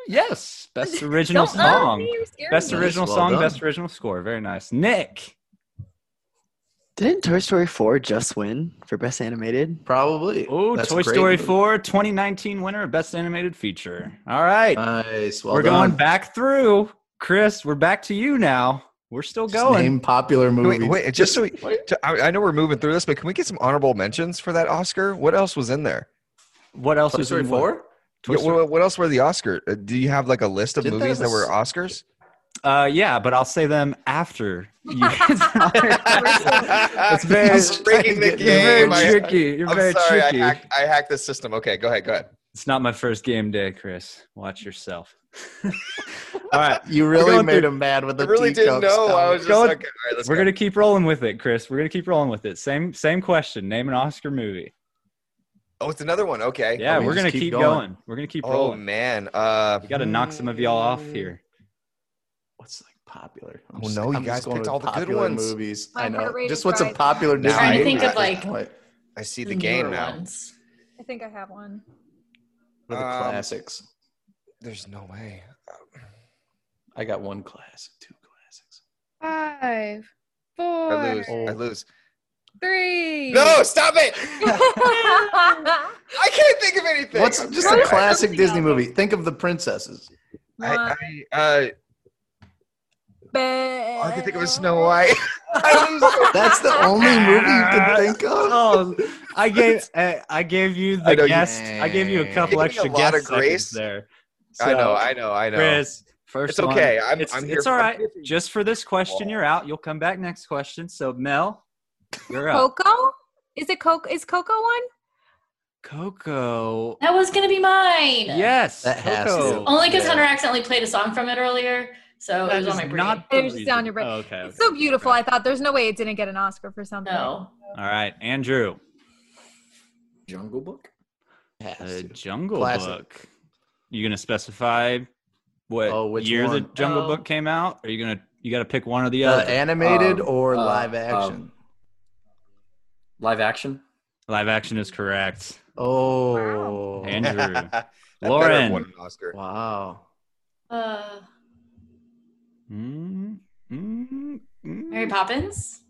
H: yes, best original
I: Don't uh,
H: song.
I: me, you're scaring
H: Best
I: me.
C: Nice,
H: original
C: well
H: song,
C: done.
H: best original score. Very nice. Nick.
K: Didn't Toy Story 4 just win for Best Animated?
C: Probably.
H: Oh,
C: That's a
H: Toy
C: great
H: Story
C: movie.
H: 4, 2019 winner of best animated feature. All right.
C: Nice. Uh, Well
H: we're
C: done.
H: going back through. Chris, we're back to you now. We're still
C: Just
H: going.
C: Name popular movies.
G: Wait, wait, just so we, to- I, I know we're moving through this, but can we get some honorable mentions for that Oscar? What else was in there?
H: what else
C: Toy
H: is
C: Story
H: in what?
C: 4?
H: Toy
G: Yeah,
H: Story-
G: what, what else were the Oscar? uh, Do you have like a list of
C: Didn't they
G: movies
C: have
G: that
C: a
G: were
C: s-
G: Oscars?
H: Uh, yeah, but I'll say them after you. it's very,
G: He's breaking the
H: you're very
G: game. I-
H: tricky. You're
G: I'm
H: very
G: sorry, I
H: tricky.
G: hacked, I hacked the system. Okay, go ahead, go ahead.
H: It's not my first game day, Chris. Watch yourself. All right,
C: You really
H: going
C: made
H: through-
C: him mad with
G: I
C: the
G: really didn't
C: teacups.
G: know. I was just
H: Go-
G: like, all right, let's
H: we're
G: go.
H: gonna keep rolling with it, Chris. We're gonna keep rolling with it. Same, same question. Name an Oscar movie.
G: Oh, it's another one. Okay.
H: Yeah,
C: we
H: we're
C: just
H: gonna keep,
C: keep
H: going.
C: going.
H: We're gonna keep
G: Oh
H: rolling.
G: man. Uh,
H: We gotta knock some of y'all off here.
C: What's like popular?
G: Oh,
C: I'm just-
G: no, you
C: I'm just
G: guys
C: going
G: picked
C: with
G: all the good
C: popular
G: ones.
C: Movies.
J: My
C: I know.
J: heart rate
C: Just
J: is
C: wrying.
J: rising.
C: what's a popular Disney
G: Trying to
F: think
C: movie
F: of,
C: at this
F: like-
C: point?
G: I see the game
F: newer
G: now.
F: ones.
J: I think I have one.
C: What are the
G: Um,
C: classics.
G: There's no way.
E: I got one classic, two classics.
D: Five, four,
G: I lose. I lose.
H: Oh.
D: three.
G: No, stop it! I can't think of anything.
C: What's
G: I'm
C: just
G: sorry.
C: a classic Disney movie? Think of the princesses.
G: I, I, uh,
J: Bell.
G: I can think of a Snow White.
C: That's the only movie you can think of.
H: Oh, I gave I, I gave you
G: I
H: the
G: know you-
H: guest. I gave you a couple
G: You gave me a
H: extra
G: lot
H: guest
G: of grace.
H: seconds there.
G: I know,
H: So,
G: I know, I know.
H: Chris, first
G: It's okay.
H: one.
G: I'm-
H: it's,
G: I'm here
H: it's
G: for-
H: all
G: I'm
H: right.
G: here for you.
H: Just for this question, you're out. You'll come back next question. So Mel, you're up.
J: Coco? Is it Coco? Is Coco one?
H: Coco.
F: That was gonna be mine.
H: Yes,
C: That has to.
H: Coco.
F: Only because
C: Yeah.
F: Hunter accidentally played a song from it earlier, so
H: That
F: it was on
H: is
F: my brain.
H: not the
J: It was just
H: reason.
J: on your brain.
H: Oh, okay,
J: It's
H: okay.
J: so beautiful. I thought there's no way it didn't get an Oscar for something.
F: No.
H: All right, Andrew.
E: Jungle Book. Uh,
C: Has
H: The
C: to.
H: Jungle
C: Classic.
H: Book. You gonna specify what
C: Oh, which
H: year the
C: one? Uh,
H: Jungle
F: Oh.
H: Book came out? Or you gonna you got to pick one or the
C: The
H: other?
C: animated
E: Um,
C: or
E: uh,
C: live action?
E: um, Live action.
H: Live action is correct.
C: oh,
H: Andrew.
G: That better have
H: Lauren.
G: won an Oscar.
C: wow.
F: Uh,
H: Mm, mm, mm.
F: Mary Poppins.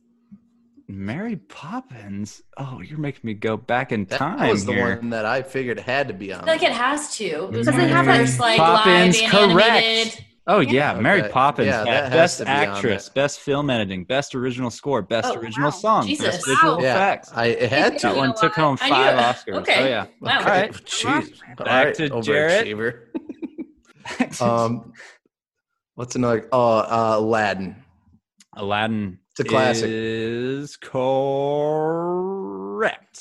H: Mary Poppins. Oh, you're making me go back in
C: That
H: time
C: was the
H: here.
C: one that I figured had to be
F: I
C: on.
F: feel like it has to. It was
H: Does it
F: one of
H: have
F: the
H: a-
F: first like
H: Poppins,
F: live and
H: correct.
F: animated.
H: Oh yeah,
C: Yeah.
H: Mary
C: Okay.
H: Poppins.
C: Yeah,
H: had
C: that has
H: best
C: to be on
H: actress,
C: there.
H: best film editing, best original score, best
F: Oh, wow.
H: original song,
F: Jesus.
H: best visual
J: Wow.
C: yeah,
H: effects.
C: I it had
H: That
J: Yeah.
C: to.
H: one took home
F: I knew
H: five
F: it.
H: Oscars.
F: Okay.
H: Oh yeah.
F: Wow.
H: All right.
C: Jeez.
H: Back
C: All right,
H: to Jarrett.
C: overachiever. Um, what's another? Oh, uh, Aladdin.
H: Aladdin.
C: It's a classic.
H: Is correct.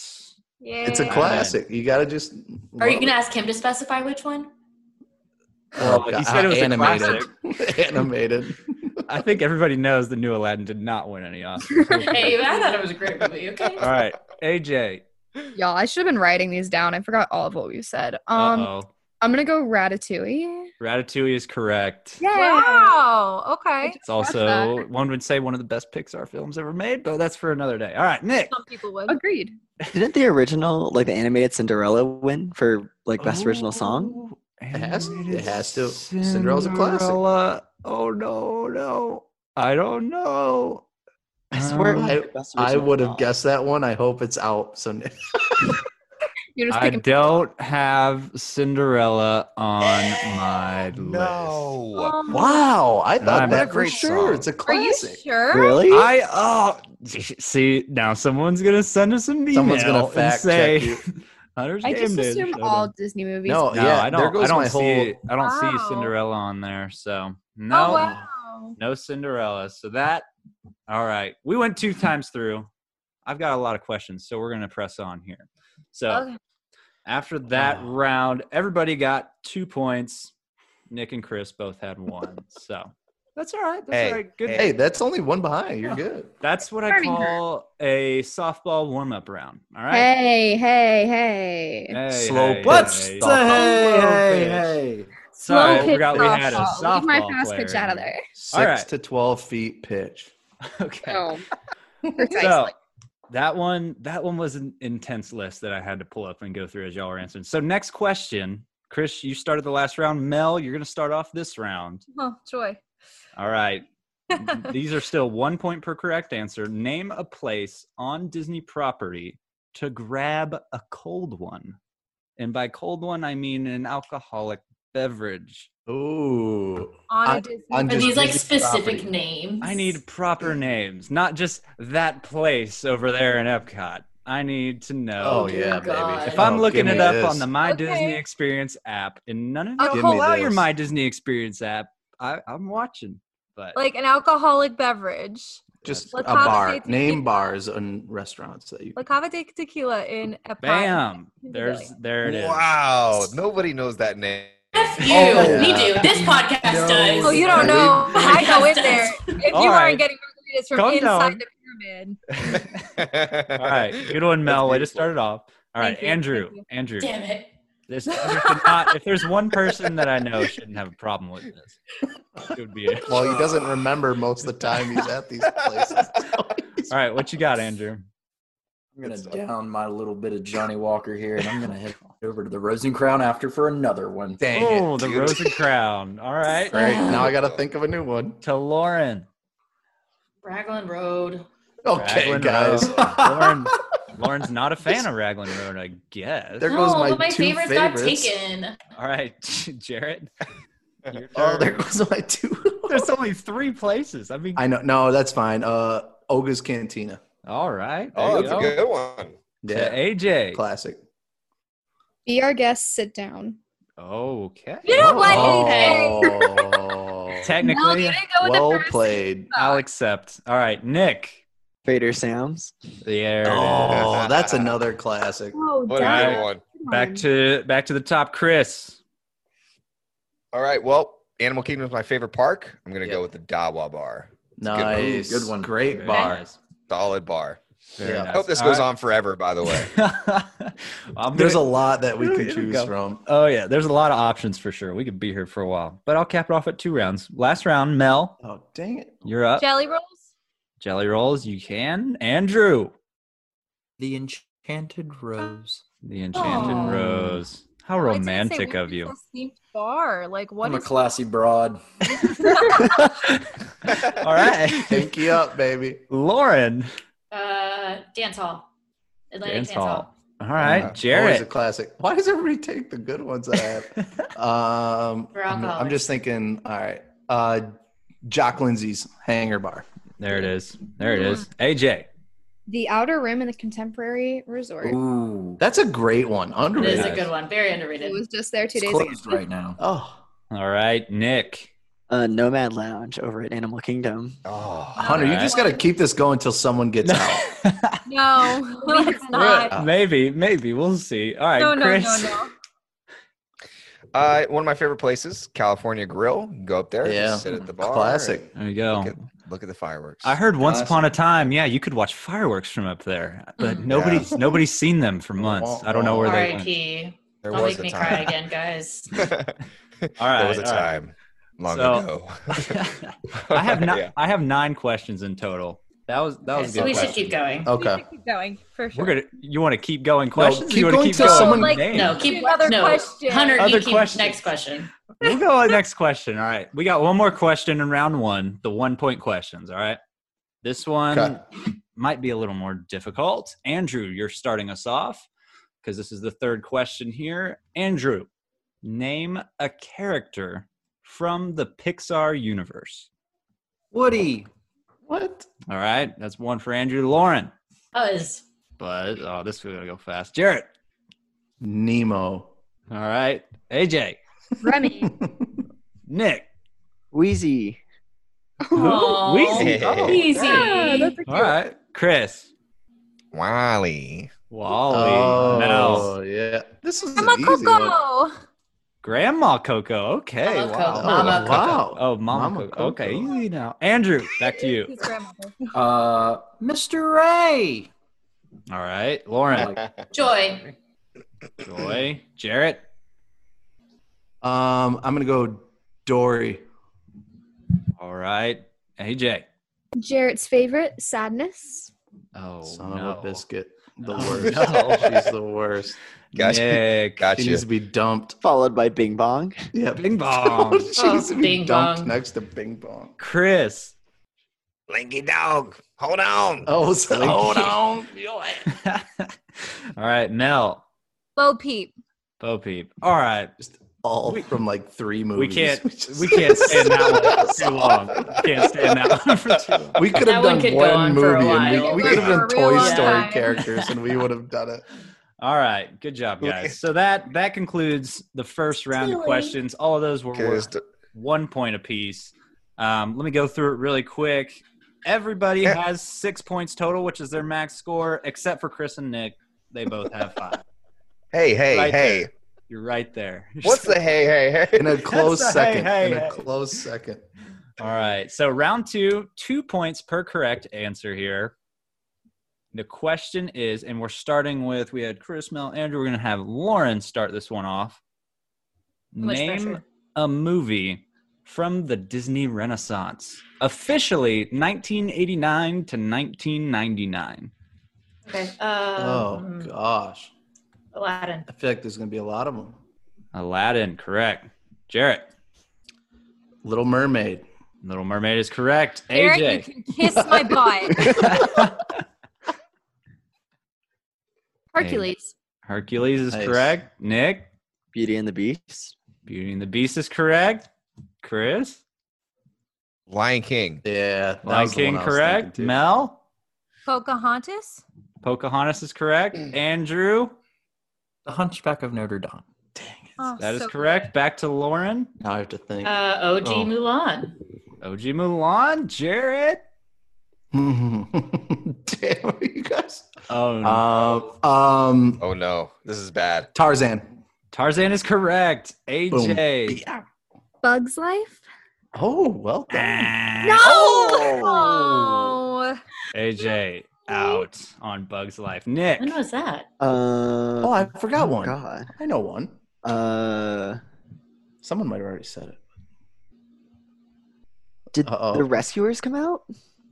J: Yeah.
C: It's a classic. You gotta just.
F: Are you gonna ask him to specify which one?
C: Oh,
H: Well,
C: God.
H: he said it was a
C: animated. animated.
H: I think everybody knows the new Aladdin did not win any Oscars.
F: hey, I thought it was a great movie. Okay.
H: All right, AJ.
D: Y'all, I should have been writing these down. I forgot all of what you said. Um,
H: Uh oh.
D: I'm gonna go Ratatouille.
H: Ratatouille is correct.
D: Yeah.
J: Wow. Okay.
H: It's also one would say one of the best Pixar films ever made, but that's for another day. All right, Nick.
J: Some people would.
D: Agreed.
K: Didn't the original, like the animated Cinderella, win for like best original song?
H: It
C: has- it has to. Cinderella's a classic.
H: Oh no, no. I don't know.
K: I swear, it
H: Um,
K: won
C: I-
K: for best
C: I
K: original
C: would have
K: song.
C: guessed that one. I hope it's out. So
D: You're just
H: I
D: picking.
H: don't have Cinderella on my list.
G: No.
C: wow, I thought
H: I'm-
C: that
G: What a
C: for
G: great
C: sure.
G: song.
C: It's a
J: Are you
C: classic.
J: sure?
K: Really?
H: I oh see now someone's gonna send us an email
C: Someone's gonna fact
H: and say
C: check you.
H: Hunter's
D: I just
H: game day
D: assume
H: showed
D: all
H: up."
D: Disney movies.
C: No,
H: No,
C: yeah,
H: I
C: there
H: don't.
C: goes
H: I don't
C: my whole.
H: see. I don't see
J: Wow.
H: Cinderella on there. So no,
J: Oh wow.
H: no Cinderella. So that. All right, we went two times through. I've got a lot of questions, so we're gonna press on here. So
J: Okay.
H: after that
C: Wow.
H: round, everybody got two points. Nick and Chris both had one. so that's all right. That's
G: Hey,
H: all right. Good.
C: Hey, that's only one behind. You're good.
H: That's what I
D: Starting her.
H: call a softball warm-up round. All right.
D: Hey, hey, hey.
H: Hey,
C: Slow
H: hey,
C: pitch.
H: What's
C: Hey.
H: the hey, hey, hey? Sorry, I
D: Slow pitch
H: forgot we had a
D: softball. Leave my
H: softball
D: fast
H: player
D: pitch
H: in
D: out of
H: here.
D: there.
C: Six
H: All right.
C: to twelve feet pitch.
H: Okay.
D: Oh,
H: So
D: precisely.
H: that one, that one was an intense list that I had to pull up and go through as y'all were answering. So next question, Chris, you started the last round. Mel, you're gonna start off this round.
J: Oh joy.
H: All right. These are still one point per correct answer. Name a place on Disney property to grab a cold one. And by cold one, I mean an alcoholic beverage.
C: Ooh.
J: On
C: I-
J: a Disney.
C: I'm
F: Are
C: just-
F: these like
C: Disney
F: specific
C: property.
F: names?
H: I need proper names, not just that place over there in Epcot. I need to know.
C: Oh,
F: dear
C: yeah,
F: God.
C: baby.
H: If I'm
C: Oh,
H: looking
C: give
H: it
C: me
H: up
C: this.
H: on the My
J: Okay.
H: Disney Experience app, and none of
J: Oh,
H: you
C: give
H: pull
C: me
H: out your
C: this.
H: My Disney Experience app, I, I'm watching. But
J: like an alcoholic beverage.
C: just
J: Let's
C: a
J: have a
C: bar.
J: tasty
C: Name
J: pizza.
C: bars and restaurants that you.
J: La Cava de Tequila in Epcot.
H: bam, there's there it is.
G: Wow. Nobody knows that name.
F: F you.
C: Oh,
F: We
C: yeah.
F: do. This podcast does.
J: Oh, you don't know. I go in there. If
H: All
J: you
H: right.
J: aren't getting margaritas from
H: Calm
J: inside
H: down.
J: the pyramid,
H: All right, good one, Mel. Way to
G: beautiful.
H: start it off. All right,
J: Thank you,
H: Andrew.
J: thank you.
H: Andrew,
F: Damn it.
H: this Andrew should not, if there's one person that I know shouldn't have a problem with this, it would be. All
C: Well, he doesn't remember most of the time he's at these places.
H: right, what you got, Andrew?
E: I'm gonna
K: uh,
E: down my little bit of Johnny Walker here, and I'm gonna head over to the Rosen Crown after for another one.
C: Dang
H: oh, the Rosen Crown. All right.
C: Great. Now I got to think of a new one.
H: To Lauren.
F: Raglan Road.
C: Okay,
H: Raglan
C: guys.
H: Road. Lauren, Lauren's not a fan of Raglan Road, I guess.
C: There goes
F: no,
C: my
F: but my
C: two
F: favorites, got
C: favorites.
F: taken.
H: All right, Jared. your
C: Oh, there
H: turn.
C: goes my two.
H: There's only three places. I mean,
C: I know. No, that's fine. Uh, Olga's Cantina.
H: all right. there
G: Oh,
H: you
G: that's a
H: go.
G: good one.
H: To
C: Yeah,
H: AJ.
C: classic.
D: Be our guest. Sit down.
H: Okay.
F: You don't like anything.
C: Oh,
I: No,
H: Technically,
I: you didn't go with the
C: well
I: first.
C: played.
H: I'll accept. All right, Nick.
K: Vader Sam's.
H: There it is.
C: Oh, that's another classic.
I: Oh,
G: What
H: Alright.
G: a
I: dang.
G: good one.
H: Back to back to the top, Chris.
G: All right. Well, Animal Kingdom is my favorite park. I'm gonna
C: Yep.
G: go with the Dawa Bar.
C: Nice.
E: Good one.
C: Great
E: Very
C: bar.
E: nice.
G: Solid bar.
C: Yeah.
G: I hope this goes on forever. By the way,
H: on.
C: There's a lot that we could
H: Here we
C: choose
H: go.
C: from.
H: Oh yeah, there's a lot of options for sure. We could be here for a while, but I'll cap it off at two rounds. Last round, Mel,
C: Oh, dang it.
H: you're up.
J: Jelly rolls?
H: Jelly rolls, you can. Andrew,
E: The Enchanted Rose.
H: the Enchanted
F: Aw.
H: Rose. How
J: I was gonna say,
H: romantic
J: why
H: of
J: is
H: you.
J: this themed Bar. Like what
E: I'm a
J: is
E: classy broad.
H: All right,
C: Thank you up, baby.
H: Lauren.
F: Uh, dance hall. Atlantic
H: Dance
F: dance,
H: hall.
F: hall.
H: All right,
C: Uh, Always a
H: Jared.
C: classic. Why does everybody take the good ones that I have? um,
F: We're
C: I'm, I'm
F: alcoholics.
C: just thinking, all right. Uh, Jock Lindsay's Hanger Bar.
H: There it is. There it is. AJ.
D: The Outer Rim and the Contemporary Resort.
E: Ooh,
C: That's a great one.
F: It
C: Underrated.
F: is a good one. Very underrated.
D: It was just there two
E: it's
D: days
E: closed
D: ago.
E: right now.
C: Oh,
H: All right, Nick.
K: Uh, Nomad Lounge over at Animal Kingdom.
G: oh,
C: Hunter, you
H: Alright.
C: just got to keep this going until someone gets out.
J: No, let's not.
H: maybe, maybe we'll see. All right,
J: No, no,
H: Chris.
J: no, no.
G: uh, one of my favorite places, California Grill. Go up there,
C: Yeah.
G: sit at the bar,
C: Classic.
H: There you
G: and
H: go.
G: Look at, look at the fireworks.
H: I heard once
E: Classic.
H: upon a time, yeah, you could watch fireworks from up there, but
F: Mhm.
H: nobody's nobody's seen them for months. I don't know where they. went.
F: R.I.P.
G: there
F: Don't
G: was
F: make
G: a
F: me cry
G: time.
F: again, guys.
H: All right,
G: there was a
H: all right.
G: time long
H: So-
G: ago.
H: I have not.
G: Yeah.
H: I have nine questions in total. That was that
F: Okay,
H: was a
F: so
H: good.
F: we should
H: question.
F: keep going.
C: Okay.
J: Keep going for sure.
H: We're gonna. You want to keep going questions?
C: keep
H: you want to
C: going
H: keep
C: till
H: going?
C: someone-
J: Like,
H: Name.
F: No, keep
J: Another
F: no.
D: Oh.
J: question.
F: Hunter,
H: Other
F: you keep
H: question.
F: next question.
H: We'll go on next question. All right, we got one more question in round one. The one point questions. All right. This one
C: Okay.
H: might be a little more difficult. Andrew, you're starting us off because this is the third question here. Andrew, name a character from the Pixar universe.
E: Woody.
C: What?
H: All right, that's one for Andrew. Lauren,
F: Buzz.
H: but oh, this is gonna go fast. Jarrett.
C: Nemo.
H: All right, AJ,
D: Remy.
H: Nick.
K: Wheezy.
F: Aw.
H: Wheezy. Oh,
F: Easy.
D: Yeah, that's a
H: All right, Chris.
G: Wally.
H: Wally, Mel,
C: oh, yeah. This was
J: I'm a
C: an easy one.
J: coco.
H: Grandma Coco. Okay,
C: oh,
F: Mama Coco. Mama
H: wow.
F: Coco.
C: wow.
H: Oh, Mama,
C: Mama
H: Coco. Okay,
C: Coco.
H: easy now. Andrew, back to you.
J: His grandmother.
E: Uh, Mr. Ray.
H: All right, Lauren,
F: Joy.
H: Joy, Jarrett.
C: Um, I'm going to go Dory.
H: All right, AJ.
D: Jarrett's favorite, Sadness.
H: Oh,
C: Son
H: no.
C: of a biscuit. The
H: Oh,
C: worst.
H: no.
C: She's the worst.
G: Gotcha.
H: Nick.
G: Gotcha.
C: She needs to be dumped.
K: Followed by Bing Bong.
C: Yeah.
H: Bing bong.
C: she
F: Oh,
C: needs to be
F: Bing
C: dumped
F: Bong.
C: next to Bing Bong.
H: Chris.
G: Linky dog. Hold on.
C: Oh, so hold on.
H: All right, Mel,
J: Bo Peep.
H: Bo Peep. All right,
C: All
H: We-
C: from like three movies.
H: we can't
C: just-
H: we can't stand that one for too long. Can't stand that one for too long.
C: We could
F: That
C: have
F: one
C: done
F: could go
C: one
F: on
C: movie,
F: for a
C: and
F: while.
C: we, we could
J: For
C: have
J: a
C: been
J: real
C: Toy
J: long
C: Story
J: time.
C: characters, and we would have done it.
H: All right, good job, guys. So that that concludes the first round of
F: Stewie.
H: questions. All of those were worth one point apiece. Um, let me go through it really quick. Everybody
G: Yeah.
H: has six points total, which is their max score, except for Chris and Nick. They both have five.
G: Hey, hey,
H: Right
G: hey.
H: You're right there.
G: What's the hey, hey, hey?
C: In a close
H: That's a hey,
C: second.
H: hey,
C: in a
H: hey.
C: close second.
H: All right. So round two, two points per correct answer here. The question is, and we're starting with we had Chris, Mel, Andrew. We're gonna have Lauren start this one off.
F: Much
H: Name
F: pressure.
H: a movie from the Disney Renaissance, officially 1989 to 1999.
F: Okay.
C: oh
F: Um,
C: gosh,
H: Oh,
F: Aladdin.
C: I feel like there's going to be a lot of them.
H: Aladdin, correct. Jarrett.
C: Little Mermaid.
H: Little Mermaid is correct.
J: Eric,
H: AJ.
J: you can kiss my butt.
I: Hercules.
H: Hercules is
K: Nice.
H: correct. Nick.
K: Beauty and the Beast.
H: Beauty and the Beast is correct. Chris.
G: Lion King.
C: Yeah. that
H: Lion
C: was the
H: King
C: one I was
H: correct.
C: thinking too.
H: Mel.
J: Pocahontas?
H: Pocahontas is correct. Andrew.
E: The Hunchback of Notre Dame.
J: Oh,
H: That is
J: so-
H: correct. Back to Lauren.
C: Now I have to think.
F: Uh, OG
C: Oh.
F: Mulan.
H: OG Mulan. Jarrett.
C: Mm-hmm. Damn, you guys.
H: Oh, no.
C: Um, um,
G: Oh no, this is bad.
C: Tarzan.
H: Tarzan is correct. AJ.
C: Yeah.
I: Bugs Life.
C: Oh, well
H: Ah.
C: done.
I: No.
J: Oh.
H: AJ out on Bugs Life. Nick.
F: When was that?
K: Uh,
C: Oh, I forgot one.
K: God.
C: I know one.
K: Uh,
C: Someone might have already said it.
K: did
C: Uh-oh.
K: the Rescuers come out?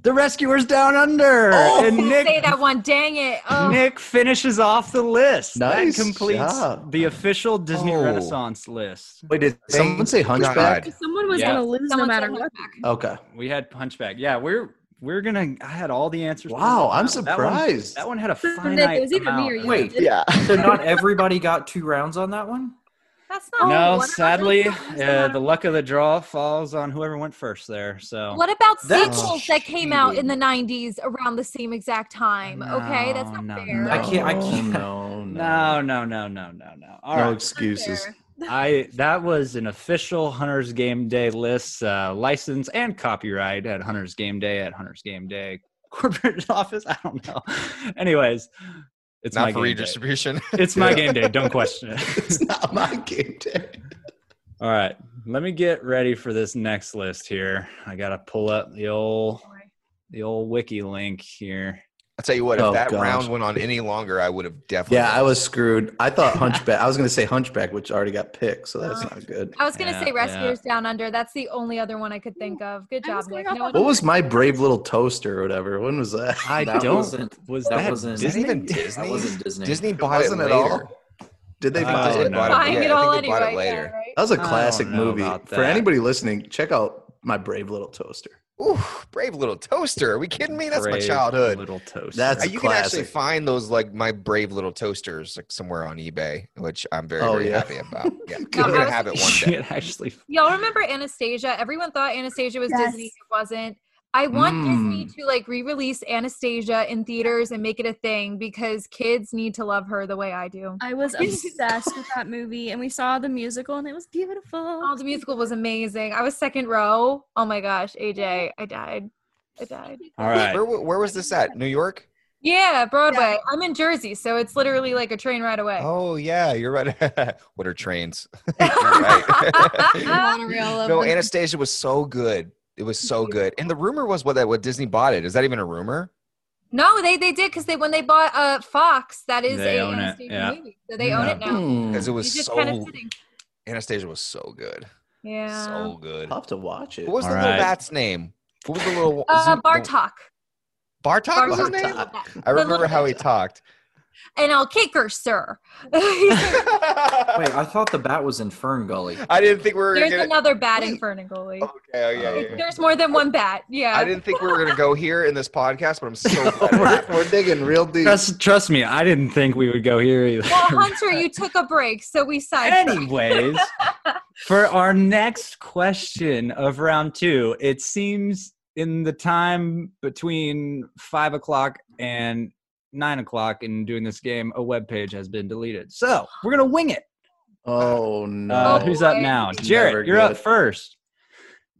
H: The Rescuers Down Under.
J: I was
H: Er, and
J: gonna
H: Nick
J: say that one. Dang it. Oh.
H: Nick finishes off the list.
C: Nice
H: that completes
C: job.
H: the official Disney
G: Oh.
H: Renaissance list.
C: Wait, did someone
G: Thank
C: say Hunchback?
G: God.
I: Someone was
H: Yeah.
I: gonna lose
J: Someone
I: no
J: said
I: matter
J: her
I: what.
J: back.
C: Okay.
H: We had Hunchback. Yeah, we're we're gonna. I had all the answers.
C: Wow, I'm
H: That one-
C: surprised.
H: That one, had a
I: So, Nick,
H: finite
I: it was either me
H: amount.
I: or you.
E: Wait.
K: Yeah.
E: So not everybody got two rounds on that one?
J: That's
I: Oh,
J: not
H: No,
J: what about
H: sadly,
J: those songs that
H: uh, the luck of the draw falls on whoever went first there. So
J: are- What about
E: That's
J: sequels that came out in the 90s around the same exact time? Okay, that's
H: No,
J: not
H: no,
J: fair.
H: no.
E: I can't- I can't.
C: Oh, No, no,
H: no, no, no, no, no, no. All
C: no
H: right.
C: excuses.
J: Fair.
H: I that was an official Hunter's Game Day list, uh, license and copyright at Hunter's Game Day at Hunter's Game Day corporate office. I don't know. Anyways, it's
G: Not
H: my
G: for
H: game day.
G: redistribution.
H: It's my game day. Don't question it.
C: It's not my game day.
H: All right, let me get ready for this next list here. I gotta pull up the old the old wiki link here.
G: I'll tell you what, if
C: Oh,
G: that
C: gosh.
G: round went on any longer, I would have definitely.
C: Yeah, I was screwed. I thought Hunchback. I was going to say Hunchback, which already got picked, so that's not good.
J: I was going to
H: Yeah,
J: say
H: yeah.
J: Rescuers Down Under. That's the only other one I could think of. Good
I: I
J: job,
I: was going
J: Nick.
I: off
J: No
I: on
J: one
C: What was my brave little toaster or whatever? When was that?
H: I
E: That
H: don't.
E: wasn't-
H: was
E: that
H: that,
E: wasn't-
H: Disney?
G: Not even
E: That
G: Disney.
E: wasn't Disney.
G: Disney
E: It
G: bought it,
C: wasn't at
G: later.
C: all? Did they
H: Oh,
C: buy
G: Disney
C: it?
H: no.
G: bought
J: buying
G: yeah,
J: it
G: I
J: all
G: think they
J: anyway.
G: bought it
J: yeah,
G: later.
J: right?
C: That was a
H: I don't
C: classic
H: know
C: movie.
H: about
C: For
H: that.
C: anybody listening, check out my brave little toaster.
G: Ooh, brave little toaster. Are we kidding me? That's my
H: Brave
G: childhood.
H: Little toast.
G: Uh,
C: That's-
G: you can actually
C: classic.
G: find those like my brave little toasters like somewhere on eBay, which I'm very,
C: Oh,
G: very
C: yeah.
G: happy about. Yeah, I'm
J: No, I
G: gonna
J: was-
G: have it one day.
H: Shit, actually.
J: Y'all remember Anastasia? Everyone thought Anastasia was
I: Yes.
J: Disney. It wasn't. I want Disney
C: Mm.
J: to like re-release Anastasia in theaters and make it a thing because kids need to love her the way I do.
I: I was obsessed with that movie, and we saw the musical, and it was beautiful.
J: Oh, the musical was amazing. I was second row. Oh my gosh, AJ, I died. I died.
H: All right.
G: Where, where was this at? New York?
J: Yeah, Broadway. I'm in Jersey, so it's literally like a train ride away.
G: Oh yeah, you're right. what are trains? You're Oh, right.
I: Monorail of
G: no,
I: the-
G: Anastasia was so good. It was so good. And the rumor was what that what Disney bought it. Is that even a rumor?
J: No, they they did because they when they bought uh Fox, that is
H: They
J: a
H: own it,
J: Anastasia
H: yeah.
J: movie, so they own
H: Yeah.
J: it now.
C: Mm.
H: Hmm.
G: Because it was
J: It's just
G: so
J: kind of fitting.
G: Anastasia was so good.
J: Yeah.
G: So good.
C: I'll have to watch it.
G: What was the
H: All
G: little
H: right.
G: bat's name? What was the little
J: uh,
G: isn't-
J: Bartok.
G: Bartok was his
J: Bartok.
G: name?
J: Yeah.
G: I
J: The
G: remember
J: little
G: how he
J: bat.
G: talked.
J: And I'll kick her, sir. There's
G: I
E: Wait, I thought the bat was in Fern Gully.
G: didn't think we were gonna.
J: another bat in
G: Wait.
J: Ferngully.
G: Okay, oh, yeah, yeah, yeah.
J: There's more than one bat. Yeah.
G: I didn't think we were gonna go here in this podcast, but I'm so glad. it
C: we're,
G: happened.
C: we're digging real deep.
H: Trust, trust me, I didn't think we would go here either.
J: Well, Hunter, you took a break, so we signed.
H: Anyways, for our next question of round two, it seems in the time between five o'clock and nine o'clock in doing this game, a web page has been deleted. So we're gonna wing it.
C: oh no!
H: Uh, who's up
J: boy.
H: now?
C: Never
H: Jared, you're up
C: good.
H: first.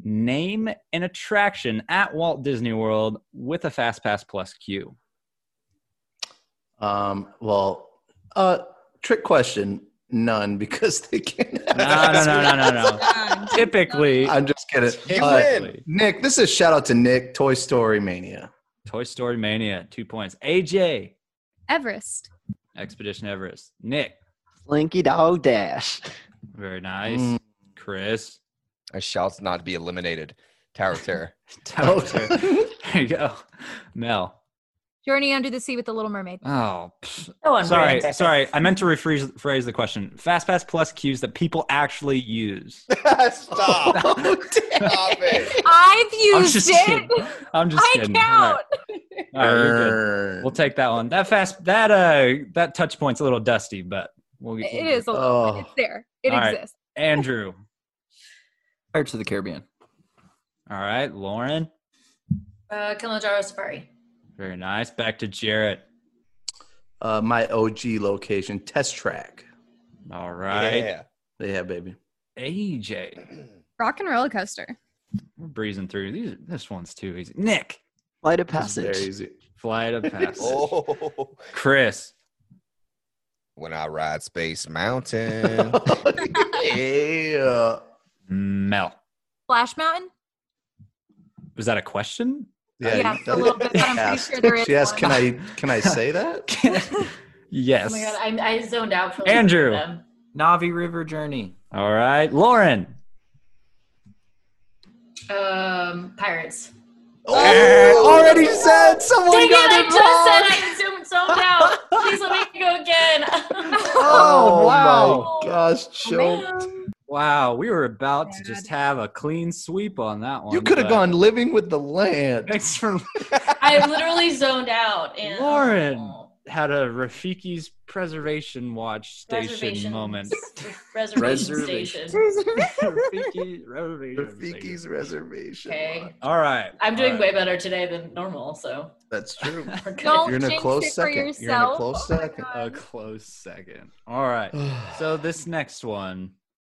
H: Name an attraction at Walt Disney World with a Fast Pass Plus Q.
C: Um, well, uh, trick question. None because they can't. have
H: No, no, no, no, no, no.
I: Done.
H: Typically,
C: I'm just kidding.
G: You
C: Uh,
G: win.
H: typically,
C: Nick, this is shout out to Nick, Toy Story Mania.
H: Toy Story Mania, two points. AJ,
I: Everest.
H: Expedition Everest. Nick,
K: Slinky Dog Dash.
H: very nice.
C: Mm.
H: Chris,
G: I shall not be eliminated. Tower of Terror.
H: Tower. there you go. Mel,
J: Journey Under the Sea with the Little Mermaid.
H: Oh, pff.
J: So
H: sorry,
J: unrealistic.
H: sorry. I meant to rephrase phrase the question. FastPass Plus cues that people actually use.
G: Stop.
C: Oh,
J: I've
H: I'm
J: used
H: just
J: it.
H: kidding. I'm just
J: I
H: kidding. All right.
J: count.
H: All right,
C: Er.
H: you're good. We'll take that one. That fast that uh that touch point's a little dusty, but we'll get
J: It is a little.
H: Oh.
J: It's there. It
H: All right.
J: exists.
H: Andrew.
E: Pirates of the Caribbean.
H: All right, Lauren.
F: Uh, Kilimanjaro Safari.
H: Very nice. Back to Jarrett.
C: Uh, my OG location, Test Track.
H: All right.
G: Yeah.
C: Yeah, baby.
H: AJ.
D: Rock and roller coaster.
H: We're breezing through. These this one's too easy. Nick.
K: Flight of
C: This is Very
K: passage.
C: easy.
H: Flight of passage.
G: Oh,
H: Chris.
G: when I ride Space Mountain.
C: yeah.
H: Mel.
J: Splash Mountain.
H: Was that a question?
J: Yeah, it's a little bit, but I'm pretty sure there is
C: She asked, "Can
J: one.
C: I can I say that?"
H: yes.
F: Oh my god, I, I zoned out for
H: Andrew.
F: Of them.
E: Navi River Journey.
H: All right. Lauren.
F: Um, pirates.
C: Oh,
K: already said someone
F: Dang it!
K: got
F: I
K: it
F: just
K: wrong.
F: said I zoomed zoned out. Please let me go again.
H: Oh, wow.
C: my gosh, choked.
H: Wow, we were about to just have a clean sweep on that one.
C: you could have
H: but-
C: gone living with the land.
H: Thanks for
F: I literally zoned out. And um,
H: Lauren. had a Rafiki's preservation watch station moment.
F: Reservation
E: Reservation.
F: station.
H: Rafiki- reservation station.
C: Rafiki's reservation.
F: Okay.
H: All right.
F: I'm
H: all
F: doing
H: right.
F: way better today than normal, so
C: That's true.
F: we're good.
J: Don't
C: You're in a
J: jinx it for
C: close second. You're in a
J: yourself.
C: close
J: Oh my
C: second.
J: God.
H: a close second. All right. so this next one,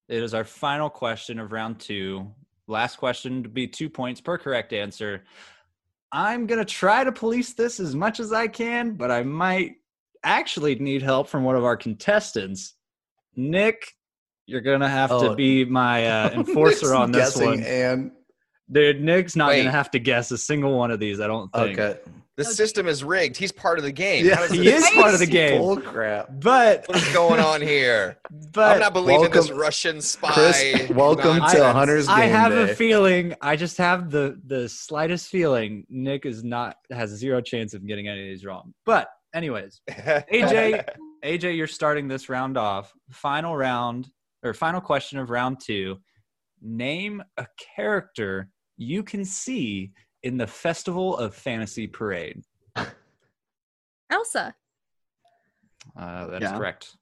H: it is our final question of round two. Last question to be two points per correct answer. I'm gonna try to police this as much as I can, but I might actually need help from one of our contestants. Nick, you're gonna have to
C: Oh.
H: be my uh, enforcer on this
C: Guessing
H: one.
C: and
H: Dude, Nick's not
G: Wait.
H: gonna have to guess a single one of these. I don't think.
C: okay.
G: the system is rigged. He's part of the game.
C: Yeah,
G: How does
H: He
G: this-
H: is part of the game,
C: Bull crap.
H: but
G: What's going on here?
H: but
G: I'm not believing this
C: welcome-
G: Russian spy.
C: Chris, welcome to
G: nonsense.
C: Hunter's game
H: I have
C: day.
H: a feeling. I just have the the slightest feeling Nick is not has zero chance of getting any of these wrong. But anyways, AJ, AJ, you're starting this round off. Final round or final question of round two. Name a character you can see in the Festival of Fantasy Parade.
D: Elsa.
H: Uh, that's
K: Yeah.
H: correct.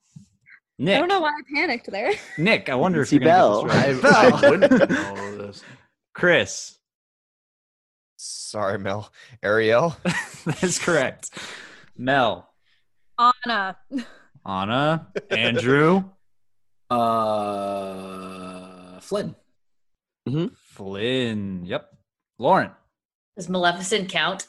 H: Nick,
D: I don't know why I panicked there.
H: Nick, I wonder if
K: See
H: you're gonna
K: Belle.
H: get
C: I,
H: this right.
C: I wouldn't know this.
H: Chris,
G: Sorry, Mel. Ariel.
H: that is correct. Mel.
J: Anna.
H: Anna, Andrew,
E: Uh, Flynn.
H: Flynn. Yep. Lauren.
F: Does Maleficent count?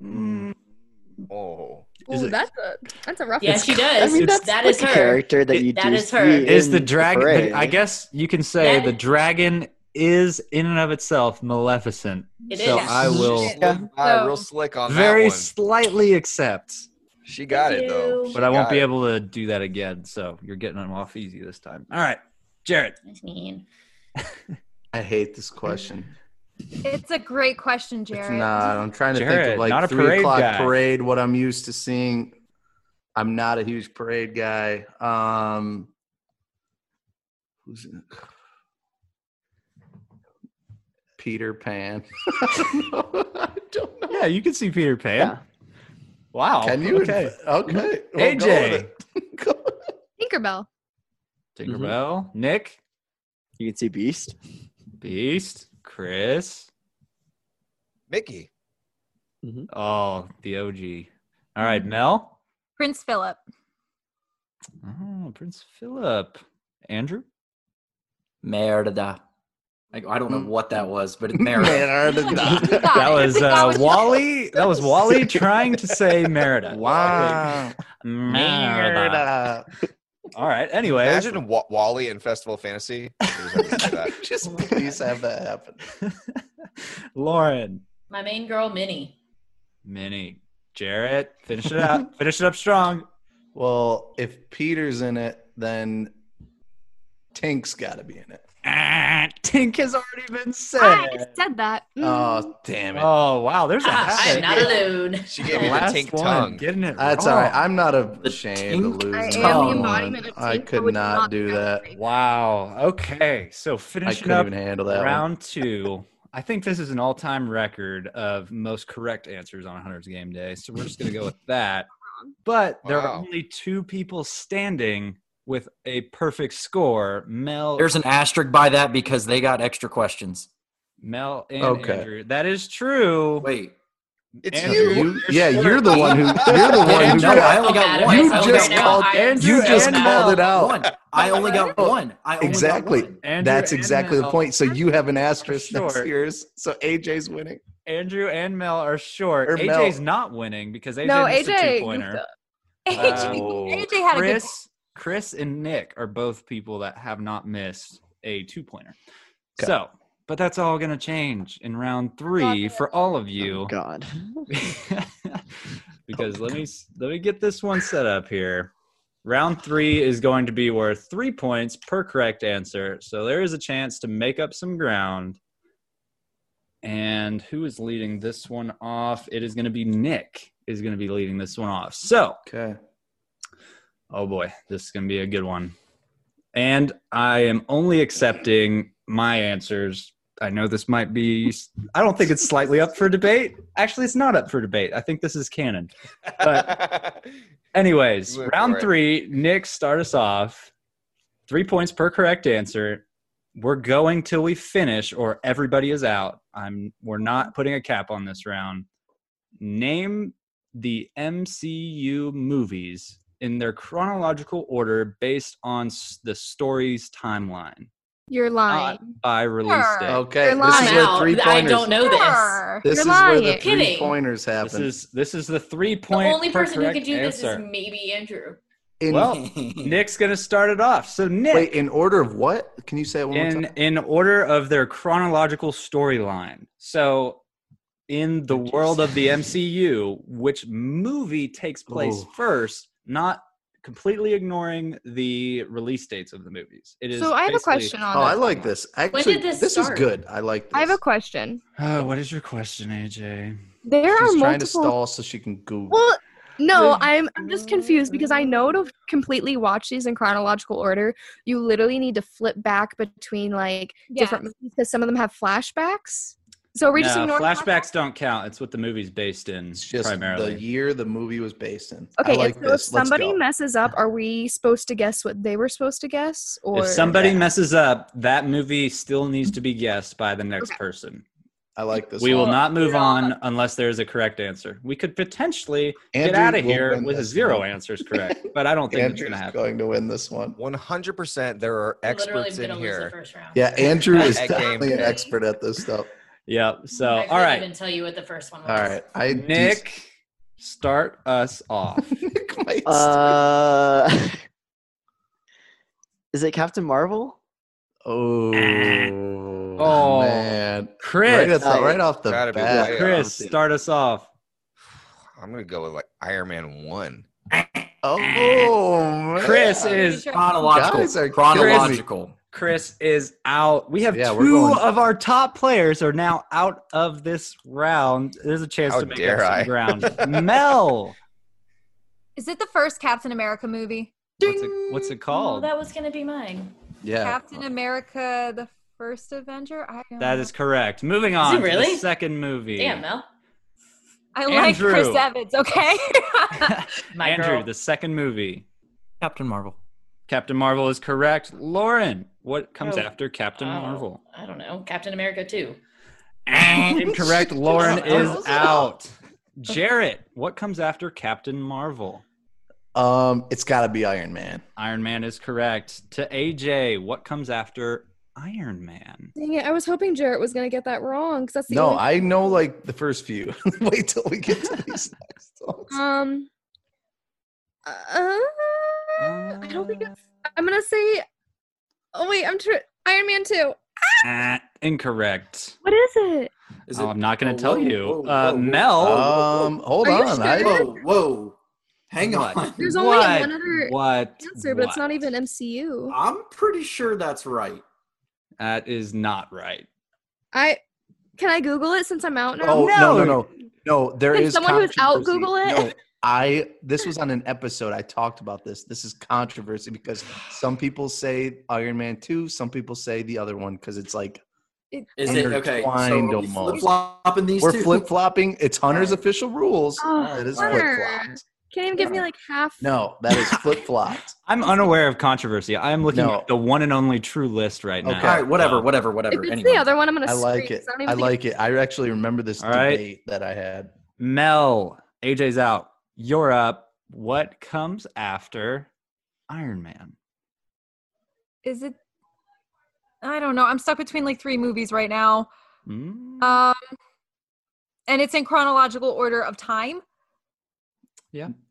G: Oh.
H: Is
D: Ooh,
H: it-
D: that's a that's a rough
F: Yeah,
D: one.
F: she does.
K: I mean, that's
F: that
K: like
F: is
K: a
F: her.
K: character that
H: It-
K: you
F: that
K: do
F: is her.
K: see
H: Is the
K: in
H: dragon?
K: parade.
H: I guess you can say
F: That-
H: the dragon is in and of itself maleficent.
F: It
H: so
F: is.
H: I will
G: She slid by
J: So-
G: real slick on
H: very
G: that one.
H: slightly accept,
G: She got it though.
F: Thank you.
H: but I won't be
G: able.
H: able to do that again. So you're getting them off easy this time. All right, Jared.
F: That's mean.
C: I hate this question.
J: It's a great question,
C: It's
J: Jared.
C: not. I'm trying to think
H: Jared,
C: of
H: not a
C: like three
H: parade
C: o'clock
H: guy.
C: parade. What I'm used to seeing. I'm not a huge parade guy. Um, who's in- Peter Pan? I don't know.
H: Yeah, you can see Peter Pan.
K: Yeah.
H: Wow.
C: Can you?
H: Oh, Okay.
C: Okay. We'll go
H: AJ,
C: with it. Go-
D: Tinkerbell.
H: Tinkerbell, Nick,
K: You can see Beast.
H: Beast, Chris.
G: Mickey.
H: Oh, the OG. All right, Mel.
J: Prince Philip.
H: Oh, Prince Philip. Andrew.
E: Merda. Like I don't know
C: Hmm.
E: what that was, but it's
C: Man,
E: Merida.
C: I already got it.
J: Got
H: That
J: it.
H: was
J: That
H: uh,
J: was-
H: Wally. That was Wally trying to say Merida.
C: Wow.
H: Merida. All right. Anyway,
G: Imagine Wa- Wally in Festival of Fantasy. I just had to do that.
B: Oh
C: Just please have that happen.
H: Lauren,
F: My main girl, Minnie.
H: Minnie, Jarrett. Finish it up. Finish it up strong.
C: Well, if Peter's in it, then Tink's got to be in it.
H: Ah, think has already been said.
I: I said that.
H: Hmm.
C: Oh damn it!
H: Oh wow, there's a
F: Ah,
H: hat.
F: I'm not alone.
G: She gave me the
H: Last
G: tink
H: one,
G: tongue.
H: Getting it
C: That's all
H: wrong.
C: right. I'm not ashamed of
E: tink
C: losing.
I: Mm, I am the
C: that one.
I: embodiment of
C: I
I: tink. I
C: could
I: would
C: not
I: not
C: do that.
H: Wow. Okay. So
C: I
H: finishing
C: couldn't
H: up
C: even handle that. one.
H: round two. I think this is an all-time record of most correct answers on Hunter's Game Day. So we're just gonna go with that. But there are
G: Wow.
H: only two people standing with a perfect score. Mel,
E: There's an asterisk by that because they got extra questions.
H: Mel, and
C: Okay.
H: Andrew. That is true.
E: Wait,
G: It's
H: Andrew,
G: you.
C: You- yeah, you're the one who. You're the one
E: Yeah,
C: who.
E: no, I only got
F: Matter
E: one.
F: is,
C: You
F: I only
C: just
F: got one.
C: called-
F: I am
C: you
F: so
C: just
F: mad.
C: called it out.
E: One. I only got one. I only
C: Exactly.
E: Got one.
H: Andrew
C: That's
H: and
C: exactly the
H: Mel-
C: point. So you have an asterisk
H: Sure.
C: next to yours. So AJ's winning.
H: Andrew and Mel are short.
C: Or Mel.
H: AJ's not winning because AJ
D: no,
H: missed a
D: AJ. goofed
H: two-pointer.
D: up.
J: AJ,
C: Oh.
J: AJ had a good
H: Chris, Chris and Nick are both people that have not missed a two-pointer.
C: Okay.
H: So, but that's all going to change in
J: Oh,
H: round three for all of
K: Oh,
H: you.
K: God.
H: because let me s- let me get this one set up here. Round three is going to be worth three points per correct answer, so there is a chance to make up some ground. And who is leading this one off? It is going to be Nick. Is going to be leading this one off. So,
C: Okay.
H: oh boy, this is going to be a good one. And I am only accepting my answers. I know this might be. I don't think it's slightly up for debate. Actually, it's not up for debate. I think this is canon. Anyways,
G: You went for
H: round
G: it.
H: three, Nick, start us off. Three points per correct answer. We're going till we finish, or everybody is out. I'm. We're not putting a cap on this round. Name the MCU movies in their chronological order based on s- the story's timeline
J: Uh,
I: You're lying.
H: by release
J: Sure.
H: date.
C: Okay.
I: You're
C: This is
F: I'm
C: where
F: out.
C: three
F: I
C: pointers.
F: don't know this.
J: score.
C: This
I: You're
C: is where the
I: lying.
C: three
F: Kidding.
C: pointers
H: This
C: happen.
H: is this is the three
F: The
H: point.
F: only
H: per
F: person who
H: correct
F: can do this is
H: answer.
F: maybe Andrew.
C: in,
H: Well, Nick's gonna start it off. So Nick,
C: wait, in order of what? Can you say it one more
H: in
C: time?
H: in order of their chronological storyline. So, in the world of the MCU, which movie takes place
C: Ooh.
H: first? Not completely ignoring the release dates of the movies. It is.
I: So I have a
H: basically-
I: question on
C: Oh, I
I: this.
C: like this. Actually,
F: did this
C: this
F: start?
C: is good. I like this.
I: I have a question.
H: Oh, what is your question, AJ?
I: There
C: She's
I: are
C: trying to
I: multiple
C: stall so she can Google.
I: Well, no,
H: Would-
I: I'm I'm just confused because I know to completely watch these in chronological order, you literally need to flip back between like different movies because some of them have flashbacks. So are we just
H: No,
I: ignoring
H: flashbacks don't count. It's what the movie's based in
C: it's just
H: primarily.
C: the year the movie was based in.
I: Okay,
C: I like
I: and so
C: this.
I: if
C: Let's
I: somebody
C: go.
I: messes up, are we supposed to guess what they were supposed to guess? Or
H: if somebody
C: Yeah.
H: messes up, that movie still needs to be guessed by the next person.
C: I like this.
H: We
C: one.
H: will not move on unless there is a correct answer. We could potentially get
C: Andrew
H: out of
C: will
H: here
C: win
H: with
C: this
H: zero
C: one.
H: answers correct, but I don't think it's going to
C: Andrew's
H: happen.
C: going to win this one.
G: 100% there are
F: Literally
G: experts in
F: gonna lose the
G: here.
F: first round.
C: Yeah, Andrew is
G: That game.
C: definitely an expert at this stuff.
H: Yep. So,
F: I
H: all
F: couldn't
H: right,
F: even tell you what the first one was.
C: All right, I
H: Nick, start us off.
C: Nick Meister.
K: Uh, is it Captain Marvel?
C: oh,
H: Oh.
C: man, right, at
H: Chris,
C: the- right off the
G: Gotta
C: bat,
G: be way off.
H: Chris, start us off.
G: I'm going to go with like Iron Man 1.
C: Oh, man.
H: Chris
J: Yeah.
H: is
C: Guys are
E: chronological. Chronological.
H: Chris is out. We have
C: Yeah, we're
H: two
C: going-
H: of our top players are now out of this round. There's a chance
G: How
H: to make
G: dare
H: up
G: I.
H: some ground. Mel,
J: Is it the first Captain America movie?
H: what's it, what's it
F: Oh,
H: called?
F: that was gonna be mine.
C: Yeah,
J: Captain America, the first Avenger? I don't
H: That
J: know.
H: is correct. Moving on to
F: really?
H: the second movie.
F: Damn, Mel.
J: I like Chris
H: Andrew.
J: Evans, okay?
F: My
H: Andrew,
F: girl.
H: the second movie.
E: Captain Marvel.
H: Captain Marvel is correct. Lauren, what comes
F: Oh.
H: after Captain
F: Oh,
H: Marvel?
F: I don't know. Captain America 2.
H: Incorrect. Lauren is
C: Marvel's
H: out. Jarrett, what comes after Captain Marvel?
C: um, it's got to be Iron Man.
H: Iron Man is correct. To AJ, what comes after Iron Man?
I: Dang it, I was hoping Jarrett was gonna get that wrong because that's the
C: No,
I: only-
C: I know like the first few. Wait till we get to these next ones.
I: um uh, I don't
C: Uh.
I: think it's I'm gonna say Oh wait, I'm tr- Iron Man 2.
H: Ah, incorrect.
I: What is it?
E: Is
H: Oh, I'm not going
E: Oh,
H: to tell
E: whoa,
H: you.
E: whoa,
H: uh,
E: whoa, whoa.
H: Mel,
C: Um, hold
I: Oh. Are you
C: on. I,
I: sure?
E: Whoa, whoa. Hang
H: What?
E: on.
I: There's only
H: what?
I: one other
H: what?
I: answer, but it's not
H: What?
I: even MCU.
E: I'm pretty sure that's right.
H: That is not right.
I: I can I Google it since I'm out now?
C: Oh no no no no! There is
I: Can someone who's out
C: controversy.
I: Google it?
C: No, I this was on an episode I talked about this. This is controversy because some people say Iron Man two, some people say the other one because it's like
I: It-
E: Is it okay?
C: Intertwined
E: So
C: almost.
E: flip flopping these
C: we're
E: two.
C: flip flopping. It's Hunter's official rules.
I: Oh,
C: it is flip
I: Hunter.
C: flopped.
I: Can't even give me like half.
C: No, that is flip flopped.
H: I'm unaware of controversy. I am looking
C: No.
H: at the one and only true list right now.
C: Okay.
E: All right, whatever,
H: So,
E: whatever,
I: If
E: whatever.
I: it's
E: Anyway,
I: the other one, I'm gonna.
C: I like
I: scream,
C: it.
I: so don't even
C: I
I: think
C: like it. I actually remember this
H: All right.
C: debate that I had.
H: Mel, AJ's out. You're up. What comes after Iron Man?
J: Is it? I don't know. I'm stuck between like three movies right now.
H: Hmm?
J: Um, and it's in chronological order of time.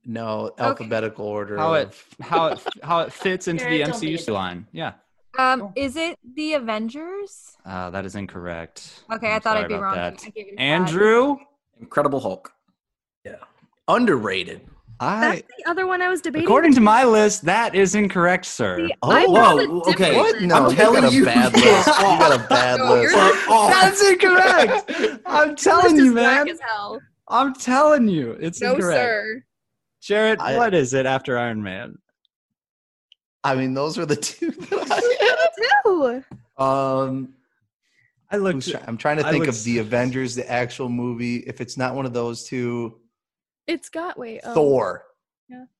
C: No, alphabetical order.
H: how it
C: of-
H: how it how it fits into the
F: Jared, don't be
H: MCU line? Yeah,
J: Um,
C: Oh.
H: Cool.
J: is it the Avengers?
H: uh, that is incorrect.
J: Okay,
H: I'm
J: I thought
H: sorry
J: I'd be
H: about
J: wrong.
H: that.
J: I gave it a shot.
H: Andrew,
E: Incredible Hulk.
C: underrated.
H: I
I: That's the other one I was debating.
H: according to my list, that is incorrect, sir.
I: See,
C: Oh,
I: I
E: whoa,
I: found a different
E: okay.
C: What?
I: list.
C: No,
E: I'm
C: you
E: telling
C: got a
E: you.
C: bad list. You got a bad
I: No, you're
C: list.
I: not-
H: Oh, That's incorrect. I'm
I: This
H: telling
I: is
H: you,
I: whack
H: man.
I: as hell.
H: I'm telling you, it's
I: No,
H: incorrect.
I: sir.
H: Jared,
C: I-
H: what is it after Iron Man?
C: I mean, those were the two that
I: Two.
C: I had. Um,
H: I
C: who's
H: looked.
C: try- I'm trying to
H: I
C: think
H: would
C: of the
H: s-
C: Avengers, the actual movie. If it's not one of those two,
I: It's got wait. Oh.
C: Thor.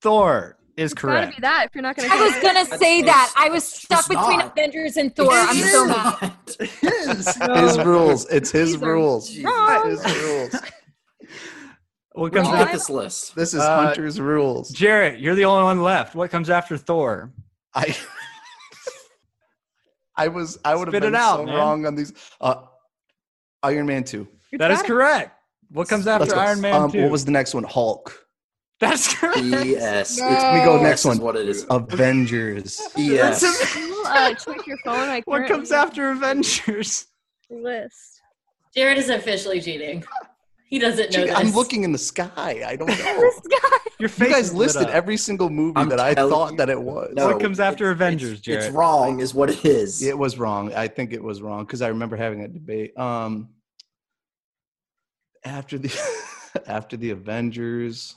H: Thor is
I: It's gotta
H: correct.
I: be that if you're not gonna.
J: I was
I: say it.
J: gonna say that. I was
E: just
J: stuck between
E: not.
J: Avengers and Thor. I'm so mad.
C: His rules. It's his
I: These are
C: rules.
E: wrong.
C: His rules.
H: What
E: Where'd
H: comes
E: you
I: Well, I-
E: get
H: after?
E: this list?
C: This is
H: Uh,
C: Hunter's rules.
H: Jarrett, you're the only one left. What comes after Thor?
C: I. I was. I would have
H: Spit it
C: been
H: out,
C: so
H: man.
C: wrong on these. Uh, Iron Man two.
I: It's
H: That is
I: gotta-
H: correct. What comes
C: Let's
H: after
C: go.
H: Iron Man
C: Um,
H: 2?
C: What was the next one? Hulk.
H: That's correct.
E: BS.
I: No.
E: It's-
I: We go
E: BS
C: next
E: is
C: one.
E: What it is?
C: Avengers.
E: BS.
I: Can you, uh, check your phone. I
H: What comes
I: currently-
H: after Avengers?
I: List.
F: Jared is officially cheating. He doesn't know
C: Gee,
F: this.
C: I'm looking in the sky. I don't know.
I: This guy.
H: Your face
C: you guys
H: is lit
C: listed
H: up.
C: every single movie
E: I'm
C: that I
E: telling
C: thought
E: you.
C: that it was.
E: No,
H: What comes after
E: it's-
H: Avengers,
E: it's,
H: Jared?
E: It's wrong, is what it is.
C: It was wrong. I think it was wrong because I remember having a debate. Um, after the after the Avengers,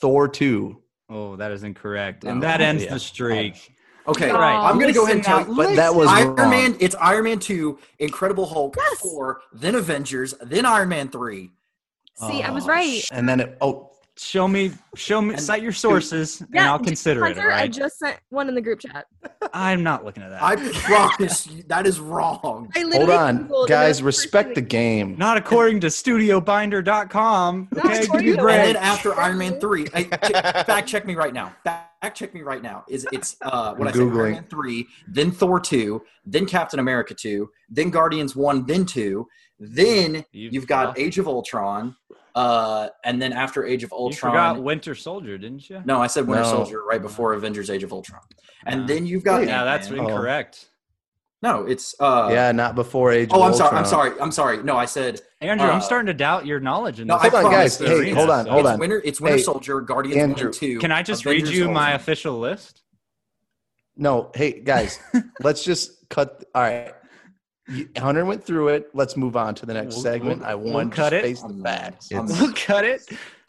C: Thor two.
H: Oh, that is incorrect.
C: No.
H: And that ends
C: Yeah.
H: the streak.
E: Okay,
H: All right.
E: I'm gonna go ahead and
H: Listen
E: tell
H: now,
E: you.
C: But that was
E: Iron
C: wrong.
E: Man. It's Iron Man two, Incredible Hulk
I: Yes.
E: four, then Avengers, then Iron Man three.
I: See, I was
C: Oh,
I: right.
C: sh- And then it. Oh,
H: Show me, show me,
E: And-
H: cite your sources, and
I: Yeah,
H: I'll
I: j-
H: consider it. All
I: Hunter, I
H: right,
I: just sent one in the group chat.
H: I'm not looking at that.
E: I promise you, that is wrong.
I: I
C: hold
I: literally
C: on,
I: Googled and
C: guys.
I: that's
C: Respect the
I: first
C: game.
H: not according to StudioBinder.com.
I: Not
H: Okay, give
I: according
H: me a
I: to
H: break.
E: And then after Iron Man three, I, check- fact check me right now. Fact check me right now. Is it's uh, what
C: I'm
E: I said?
C: Googling.
E: Iron Man three, then Thor two, then Captain America two, then Guardians one, then two, then
H: You-
E: you've got Age of Ultron, uh, and then after Age of
H: You forgot
E: Ultron,
H: Winter Soldier, didn't you?
E: no, I said Winter
C: No.
E: Soldier right before Avengers Age of Ultron, and
H: Uh,
E: then you've got Oh.
H: Yeah, that's
E: Ant-Man.
H: incorrect.
E: no, it's uh,
C: yeah, not before Age.
E: Oh,
C: of
E: I'm sorry. I'm
C: Ultron.
E: sorry. I'm sorry. No, I said
H: Andrew, I'm
E: Uh,
H: starting to doubt your knowledge in
E: No,
H: this.
E: I Hold on, promise guys. you. Hey,
C: hold on,
H: So-
C: hold
E: it's
C: on.
E: Winter. It's Winter
C: Hey,
E: Soldier, Guardians one
C: Andrew.
E: and two.
H: Can I just
E: Avengers
H: read you my
E: Ultron.
H: official list?
C: No, hey guys, let's just cut. All right, You- Hunter went through it. Let's move on to the next
H: We'll-
C: segment. I
H: we'll
C: want
H: cut
C: to
H: it.
C: face the facts.
E: I'm-
H: We'll cut it.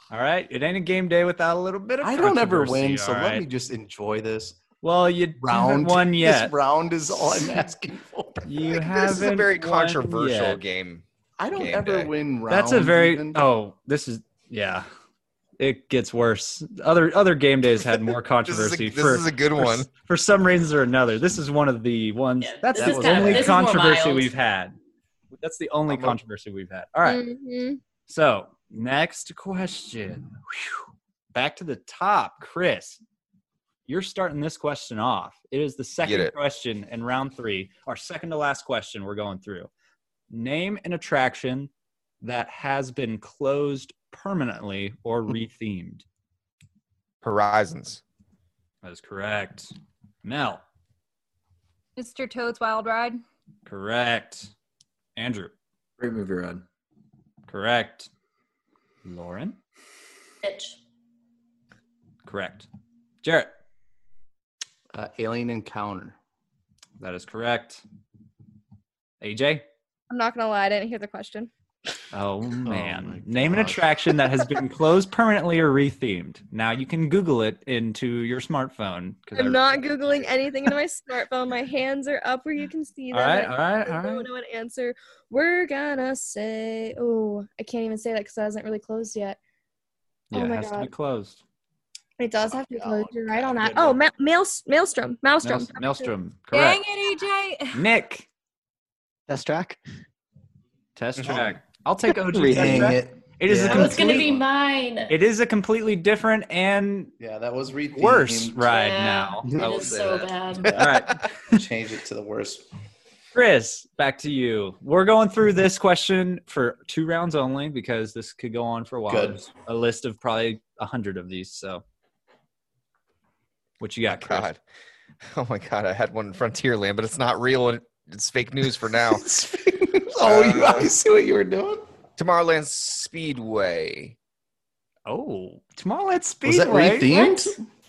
H: All right. It ain't a game day without a little bit of.
C: I don't ever
H: controversy,
C: win, so
H: all
C: let
H: right?
C: me just enjoy this
H: Well, you
C: round.
H: haven't won yet.
C: This round is all I'm asking for.
H: You haven't.
G: This is a very
H: won
G: controversial
H: yet.
G: game.
C: I don't
G: Game
C: ever
G: day.
C: win rounds.
H: That's a very.
C: even.
H: Oh, this is yeah. It gets worse. Other other game days had
G: This
H: more
G: is a,
H: controversy
G: this
H: for
G: is a good
H: for-
G: one.
H: for some reasons or another. This is one of the ones.
F: Yeah,
H: that's
F: this
H: the
C: is kinda-
H: only
C: this
F: is more
H: controversy
F: mild.
H: we've had. That's the only
G: I'm a-
H: controversy we've had. All right.
I: Mhm.
H: So next question. Whew. Back to the top, Chris. You're starting this question off. It is the second
G: it.
H: question in round three, our second to last question we're going through. Name an attraction that has been closed permanently or rethemed.
G: Horizons.
H: That is correct. Mel,
J: Mr. Toad's Wild Ride.
H: correct. Andrew,
E: Great movie, Rod.
H: correct. Lauren,
F: Bitch.
H: correct. Jarrett,
C: uh, alien encounter.
H: that is correct. AJ?
I: I'm not gonna lie, I didn't hear the question.
H: Oh man. Name an attraction that has been closed permanently or rethemed. Now you can Google it into your smartphone. 'cause I-
I: I'm not googling anything into my smartphone. My hands are up where you can see them.
H: All
I: I
H: right, all right, all
I: don't
H: right.
I: know an answer. We're gonna say. Oh, I can't even say that because it hasn't really closed yet.
H: Yeah,
I: oh
H: it
I: my
H: has to be
I: god,
H: closed.
I: it does have to be closed. You're right on that. Oh, ma- mael- maelstrom, maelstrom,
H: Maelstrom. Maelstrom.
J: Dang
H: Correct.
J: it, E EJ.
H: Nick.
K: Test track.
H: Test track. I'll take OG.
K: Dang
H: Test track.
C: it.
H: It is
C: Yeah.
H: a
F: That was going to
H: complete,
F: be mine.
H: It is a completely different and
C: Yeah, that was rethemed.
H: worse ride
F: Yeah,
H: now.
F: It
H: I will
F: is
H: say
F: so
H: that.
F: bad.
H: All right.
C: Change it to the worst.
H: Chris, back to you. We're going through this question for two rounds only because this could go on for a while.
C: Good.
H: There's A list of probably a hundred of these. So, what you got, Chris?
G: God. Oh my God. I had one in Frontierland, but it's not real and it's fake news for now.
C: oh, you,
G: Uh,
C: I see what you were doing.
G: Tomorrowland Speedway.
H: Oh, Tomorrowland
C: Was
H: Speedway.
C: that rethemed?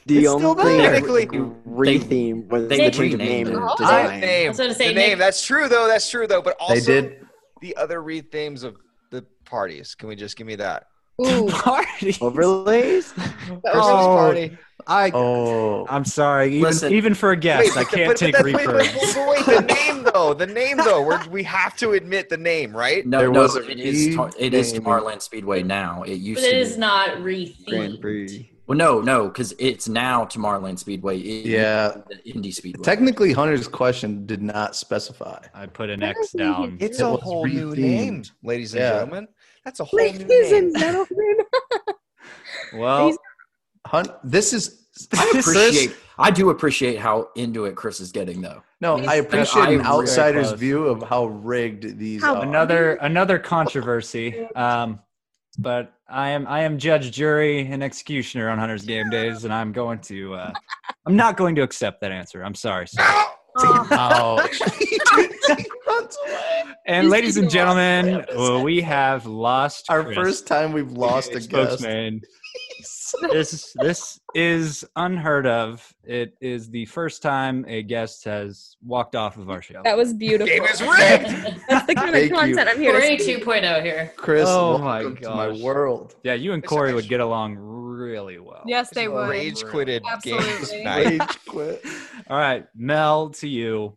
K: The
H: It's still
K: only
H: there.
G: Technically-
K: retheme was
E: they
K: the change of
E: renamed
K: name
E: it.
K: or
E: Oh,
J: I-
K: design.
G: Name.
F: I was gonna say,
G: the name.
F: Nick-
G: That's true, though. That's true, though. But also,
C: They did.
G: the other read themes of the parties. Can we just give me that?
I: Ooh,
H: Party.
K: Overlays?
G: Christmas
H: Oh,
G: party.
H: I.
C: Oh,
H: I'm sorry. Even,
E: Listen.
H: even for a guest, I
G: but the-
H: can't
G: but-
H: take
G: but that- wait,
H: reverb.
G: but- but wait, the name though. The name though. We're, we have to admit the name, right?
E: No,
C: There
E: no,
C: was a
E: it is. Tar- it is
C: renaming.
E: Tomorrowland Speedway now. It used
F: but
E: to.
F: it
E: be-
F: is not
K: Grand
F: rethemed.
K: Prix.
E: Well, no, no, because it's now Tomorrowland Speedway. It
C: Yeah.
E: used to be the Indy Speedway.
C: Technically, Hunter's question did not specify.
H: I put an X down.
G: It's
C: It
G: a
C: was
G: whole new name,
C: rethemed.
G: ladies and
C: Yeah.
G: gentlemen. That's a whole new
I: ladies
G: name.
I: and gentlemen.
H: Well,
C: Hunt, this is. I
H: This is-
C: appreciate.
E: Appreciate. I do appreciate how into it Chris is getting though.
C: No, I appreciate
E: I-
C: an
E: I'm
C: outsider's
H: very close.
C: view of how rigged these
I: How
C: are.
H: another another controversy. Um, but I am I am judge, jury, and executioner on Hunter's game days, and I'm going to uh, I'm not going to accept that answer. I'm sorry. sir.
J: Oh,
C: Ouch.
H: and ladies and gentlemen, well, we have lost
C: Our
H: Chris,
C: first time we've lost a guest.
H: spokesman. this this is unheard of. It is the first time a guest has walked off of our show.
I: Oh, That was beautiful.
G: Game is rigged.
I: That's the kind
C: Thank
I: of
C: you.
I: content I'm here
F: Corey
I: to see.
F: 2.0 here.
C: Chris,
H: Oh my
C: welcome to my
H: gosh.
C: world.
H: Yeah, you and Corey would get along really well.
J: yes, they would.
G: Rage quitted games
J: Absolutely.
G: night.
C: Rage quit.
H: All right, Mel, to you.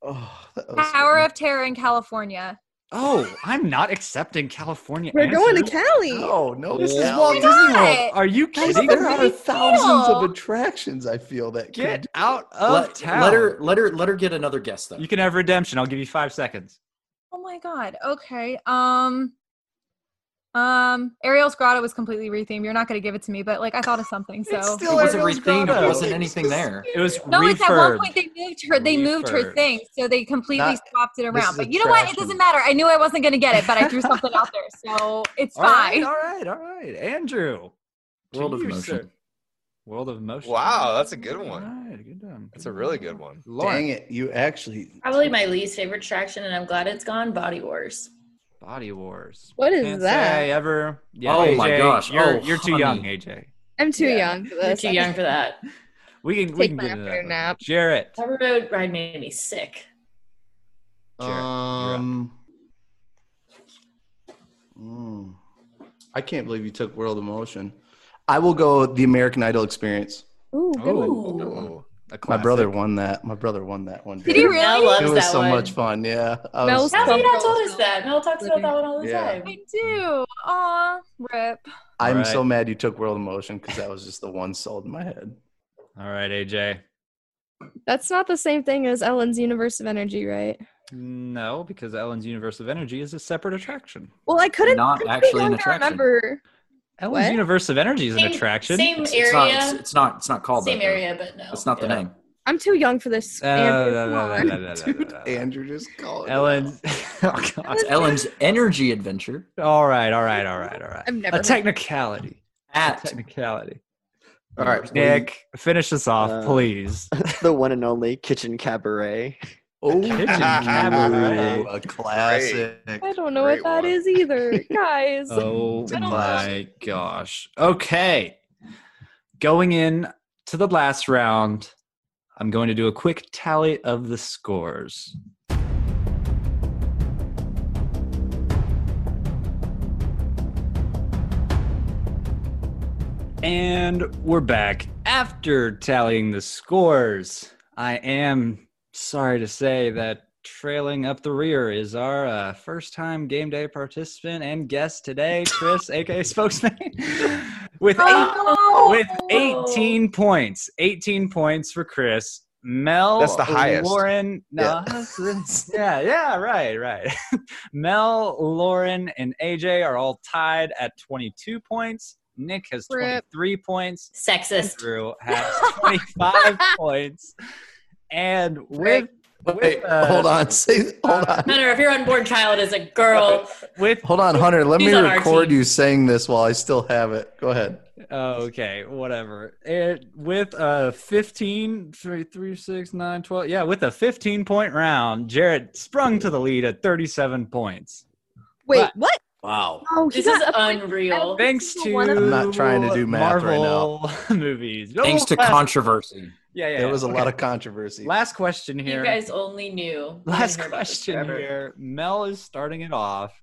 C: Oh, that was-
J: Tower of Terror in California.
H: Oh, I'm not accepting California.
I: We're going to
H: answers.
I: Cali.
C: No, no,
H: This is
C: Cal.
J: Why
H: Walt Disney World.
J: not?
H: Are you
C: Guys,
H: kidding
C: there are
H: me?
C: thousands of
J: cool.
C: attractions. I feel that
H: Get
C: could-
H: out of
E: Let,
H: town.
E: let her. Let her. Let her get another guess though.
H: You can have redemption. I'll give you five seconds.
J: Oh my god. Okay. Um um Ariel's Grotto was completely rethemed. You're not gonna give it to me, but like I thought of something. So
H: It's still
E: it wasn't
H: Ariel's
E: rethemed.
H: Grotto.
E: It wasn't anything there.
H: It was
J: no,
H: refurbed.
J: it's at one point they moved her they moved her
H: Refurbed.
J: thing. So they completely
C: Not-
J: swapped it
C: is
J: around. But you know what? It
C: attraction.
J: doesn't matter. I knew I wasn't gonna get it, but I threw something out there. So it's
H: all right,
J: fine.
H: all right, all right. Andrew. to
E: World of
H: you,
E: Motion.
H: sir. World of motion.
G: Wow, that's a good one.
H: All right, good one.
G: That's a really good one.
H: Lauren,
C: Dang it, you actually.
F: Probably my least favorite attraction, and I'm glad it's gone. Body Wars.
H: Body Wars.
I: What is
H: Can't
I: that?
H: Say I ever. Yeah,
E: Oh my
H: AJ,
E: gosh.
H: You're
E: Oh,
H: you're too young,
E: honey.
H: AJ.
I: I'm too
F: Yeah.
I: young for
F: You're
I: this.
F: too young for that.
H: We can we
I: Take
H: can
I: my
H: get into that.
I: afternoon nap.
H: Jarrett.
F: Tower Road ride made me sick.
H: Jarrett, you're up.
C: Um, mm. I can't believe you took World of Motion. I will go the American Idol experience.
I: Ooh, good one.
F: Ooh.
G: Ooh.
H: A
C: My
H: classic.
C: brother won that. My brother won that one. day.
J: Did he
F: Mel
J: really?
F: loves
C: It was
F: that
C: so
F: one.
C: much fun. Yeah. I was,
I: Mel's
F: How
I: fun.
F: have you not
I: Girls
F: told us that? Mel talks about that one all the
C: Yeah.
F: time.
J: I do. Aw, rip.
C: I'm
H: All right.
C: so mad you took World of Motion because that was just the one sold in my head.
H: All right, AJ.
I: That's not the same thing as Ellen's Universe of Energy, right?
H: No, because Ellen's universe of energy is a separate attraction.
I: Well, I couldn't.
E: Not
I: I couldn't
E: actually an
I: longer
E: attraction.
I: Remember.
H: Ellen's
I: What?
H: universe of energy is an
F: Same-
H: attraction.
F: Same
E: It's, it's not. It's,
F: area.
E: it's not. It's not called
F: Same
E: that. though.
F: area, but no.
E: That's not the
C: Yeah.
E: name.
I: I'm too young for this.
H: Uh,
I: Andrew,
H: la,
I: come
H: la, la,
I: on.
H: la, la, la,
C: Dude,
H: la, la.
C: Andrew just called. it.
H: Ellen's. oh, God.
E: It's Ellen's energy adventure
H: All right, all right, all right, all right.
I: I've never
H: A
I: heard-
H: technicality. A
E: at.
H: technicality.
C: All right.
H: Nick, finish us off,
K: Uh,
H: please.
K: the one and only Kitchen Cabaret.
C: Oh,
H: Kitchen cabaret.
C: a classic.
I: I don't know
G: Great
I: what that
G: one.
I: is either, guys.
H: Oh
I: I don't
H: my gosh. Okay. Going in to the last round, I'm going to do a quick tally of the scores. And we're back after tallying the scores. I am sorry to say that trailing up the rear is our uh, first time game day participant and guest today, Chris, aka spokesman, with eight, with 18 points. 18 points for Chris. Mel,
G: That's the highest.
H: Lauren, no,
G: Yeah.
H: that's- yeah, yeah, right, right. Mel, Lauren, and AJ are all tied at 22 points. Nick has
D: Rip.
H: 23 points.
F: Sexist.
H: Andrew has 25 points. And
C: Wait,
H: with, with uh,
C: hold on. Say, hold on.
F: Hunter, if your unborn child is a girl,
H: with
C: Hold on, Hunter. Let
F: He's
C: me
F: on our
C: record
F: team.
C: you saying this while I still have it. Go ahead.
H: oh, okay, whatever. It, with a 15, 3, 3, 6, 9, 12. Yeah, with a 15 point round, Jarrett sprung to the lead at 37 points.
I: Wait,
H: But-
I: what?
C: Wow.
I: Oh, he
F: this
I: got
F: is
I: a point.
F: unreal.
H: Thanks
I: single
H: to
I: one of-
C: I'm not trying to do math right now.
H: Marvel movies.
E: Thanks to
H: Oh, last-
E: controversy.
H: Yeah, yeah.
C: There was a
H: okay.
C: lot of controversy.
H: Last question here.
F: You guys only knew. We
H: Last
F: didn't hear about this
H: question
F: forever.
H: here. Mel is starting it off.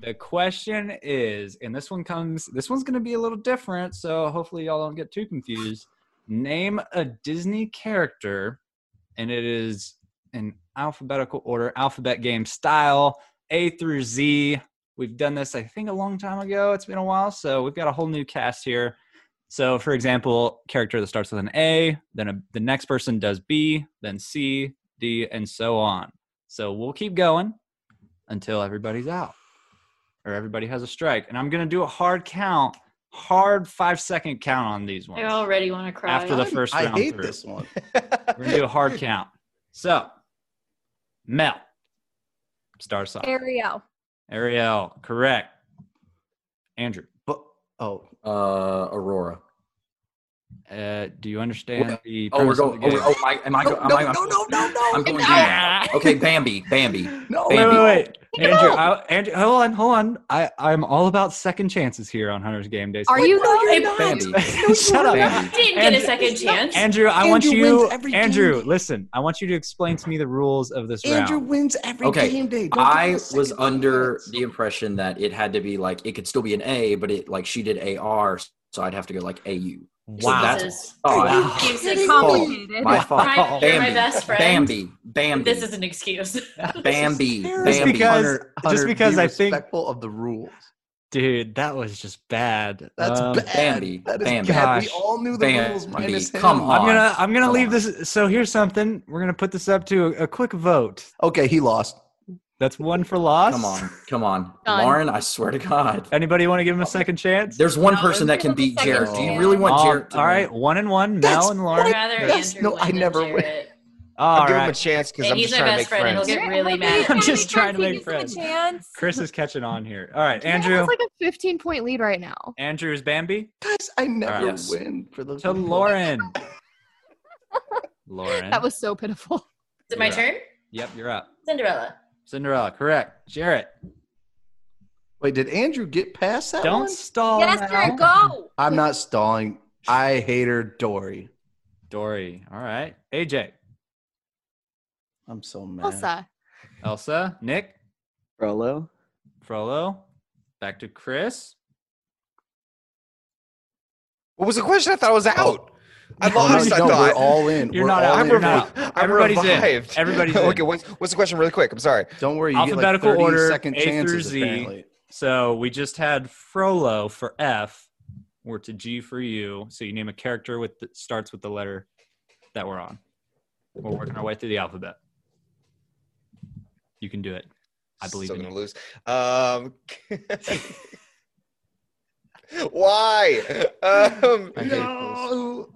H: The question is, and this one comes, this one's going to be a little different, so hopefully y'all don't get too confused. Name a Disney character, and it is in alphabetical order, alphabet game style, A through Z. We've done this, I think, a long time ago. It's been a while, so we've got a whole new cast here. So, for example, character that starts with an A, then a, the next person does B, then C, D, and so on. So we'll keep going until everybody's out or everybody has a strike. And I'm going to do a hard count, hard five second count on these ones.
F: I already want to cry.
H: After the first
C: I
H: round
C: hate
H: through.
C: this one.
H: We're going to do a hard count. So, Mel, star sign.
J: Ariel.
H: Ariel, correct. Andrew,
C: But, oh,
E: Uh, Aurora.
H: uh, do you understand the?
E: Oh, we're
H: premise
E: going.
H: of the
E: Oh,
H: game?
E: oh, am I? Am I? go- am I no, no, no, no. I'm going. Bambi. Okay, Bambi. Bambi.
C: no.
H: Wait,
E: Bambi.
H: wait, wait.
E: Oh,
H: Andrew, I, Andrew, hold on, hold on. I, I'm all about second chances here on Hunter's Game Day.
I: Are you though?
F: Hey,
E: Bambi.
H: Shut up.
E: Bambi.
F: Didn't get a second chance.
H: Andrew, I want
C: Andrew
H: you.
C: wins every
H: Andrew,
C: game.
H: listen. I want you to explain to me the rules of this
C: Andrew
H: round.
C: wins every
E: Okay,
C: game day. Don't give him
E: I
C: a second
E: was under
C: chance.
E: the impression that it had to be like it could still be an A, but it like she did AR, so I'd have to go like AU.
H: Wow.
E: Jesus.
F: Jesus.
E: Oh,
F: Keeps
J: It's
F: it
E: complicated.
F: complicated.
E: my
J: complicated.
E: fault.
F: My- you're my
E: Bambi.
F: best friend.
E: Bambi. Bambi.
F: This is an excuse.
E: Bambi.
H: Just
E: Bambi.
H: because- just
C: be
H: because I think-
C: respectful of the rules.
H: Dude, that was just bad.
C: That's
H: Um,
C: bad.
E: Bambi,
C: That is
E: Bambi.
C: bad. We
H: Gosh.
C: all knew the rules
E: Bambi,
C: minus him.
E: come on.
H: I'm gonna. I'm gonna
E: Come
H: leave
E: on.
H: this. So here's something. We're gonna put this up to a, a quick vote.
C: Okay, he lost.
H: That's one for loss.
E: Come on. Come on.
I: Done.
E: Lauren, I swear to God.
H: Anybody want to give him a second chance?
E: There's one
F: No,
E: person that
F: give
E: can
F: him a
E: beat
F: second
E: Jared. Do you
F: chance.
E: really want
H: Um,
E: Jared to
H: all right,
E: win?
H: one and one.
C: That's
H: Mel and
F: I'd
H: Lauren.
F: rather Andrew
C: no,
F: win
C: I
F: than
C: never win.
F: Jarrett.
H: All
G: I'll give him a
H: right,
G: chance because
F: And
G: I'm
F: he's
G: just
F: my
G: trying to
F: best
G: make
F: friend, and
G: friends.
F: he'll get really
J: Every
F: mad.
J: time
H: just
J: he
H: trying
J: tries,
H: to
J: he
H: make
J: gives him a chance.
H: Chris is catching on here. All right,
I: That's
H: Andrew.
I: like a 15 point lead right now.
H: Andrew's Bambi.
C: Guys, I never
E: Yes.
C: win for those.
H: to
C: rules.
H: Lauren. Lauren.
I: That was so pitiful.
F: Is it my
H: You're up.
F: turn?
H: Yep, you're up.
F: Cinderella.
H: Cinderella, correct. Jarrett,
C: Wait, did Andrew get past that
H: don't
C: one?
H: stall
J: Yes,
H: now.
J: Jared, go.
C: I'm not stalling. I hate her, Dory.
H: Dory. All right. AJ,
C: I'm so mad.
I: Elsa.
H: Elsa, Nick,
K: Frollo.
H: Frollo. Back to Chris.
G: What was the question? I thought I was out. I
C: Oh,
G: lost.
C: no,
G: I
C: no,
G: thought.
C: we're all in.
H: You're
C: we're
H: not
C: all
H: out.
C: in.
H: You're not out.
G: I'm
H: Everybody's in.
G: revived.
H: Everybody's in.
G: okay. What's, what's the question, really quick? I'm sorry.
C: Don't worry. You
H: Alphabetical
C: get like 30
H: order,
C: second
H: A through
C: chances,
H: Z.
C: apparently.
H: So we just had Frollo for F. We're to G for you. So you name a character with that starts with the letter that we're on. We're working our way through the alphabet. You can do it. I believe
G: Still
H: in you.
G: gonna lose. Um, why? Um,
C: I hate this.
G: no.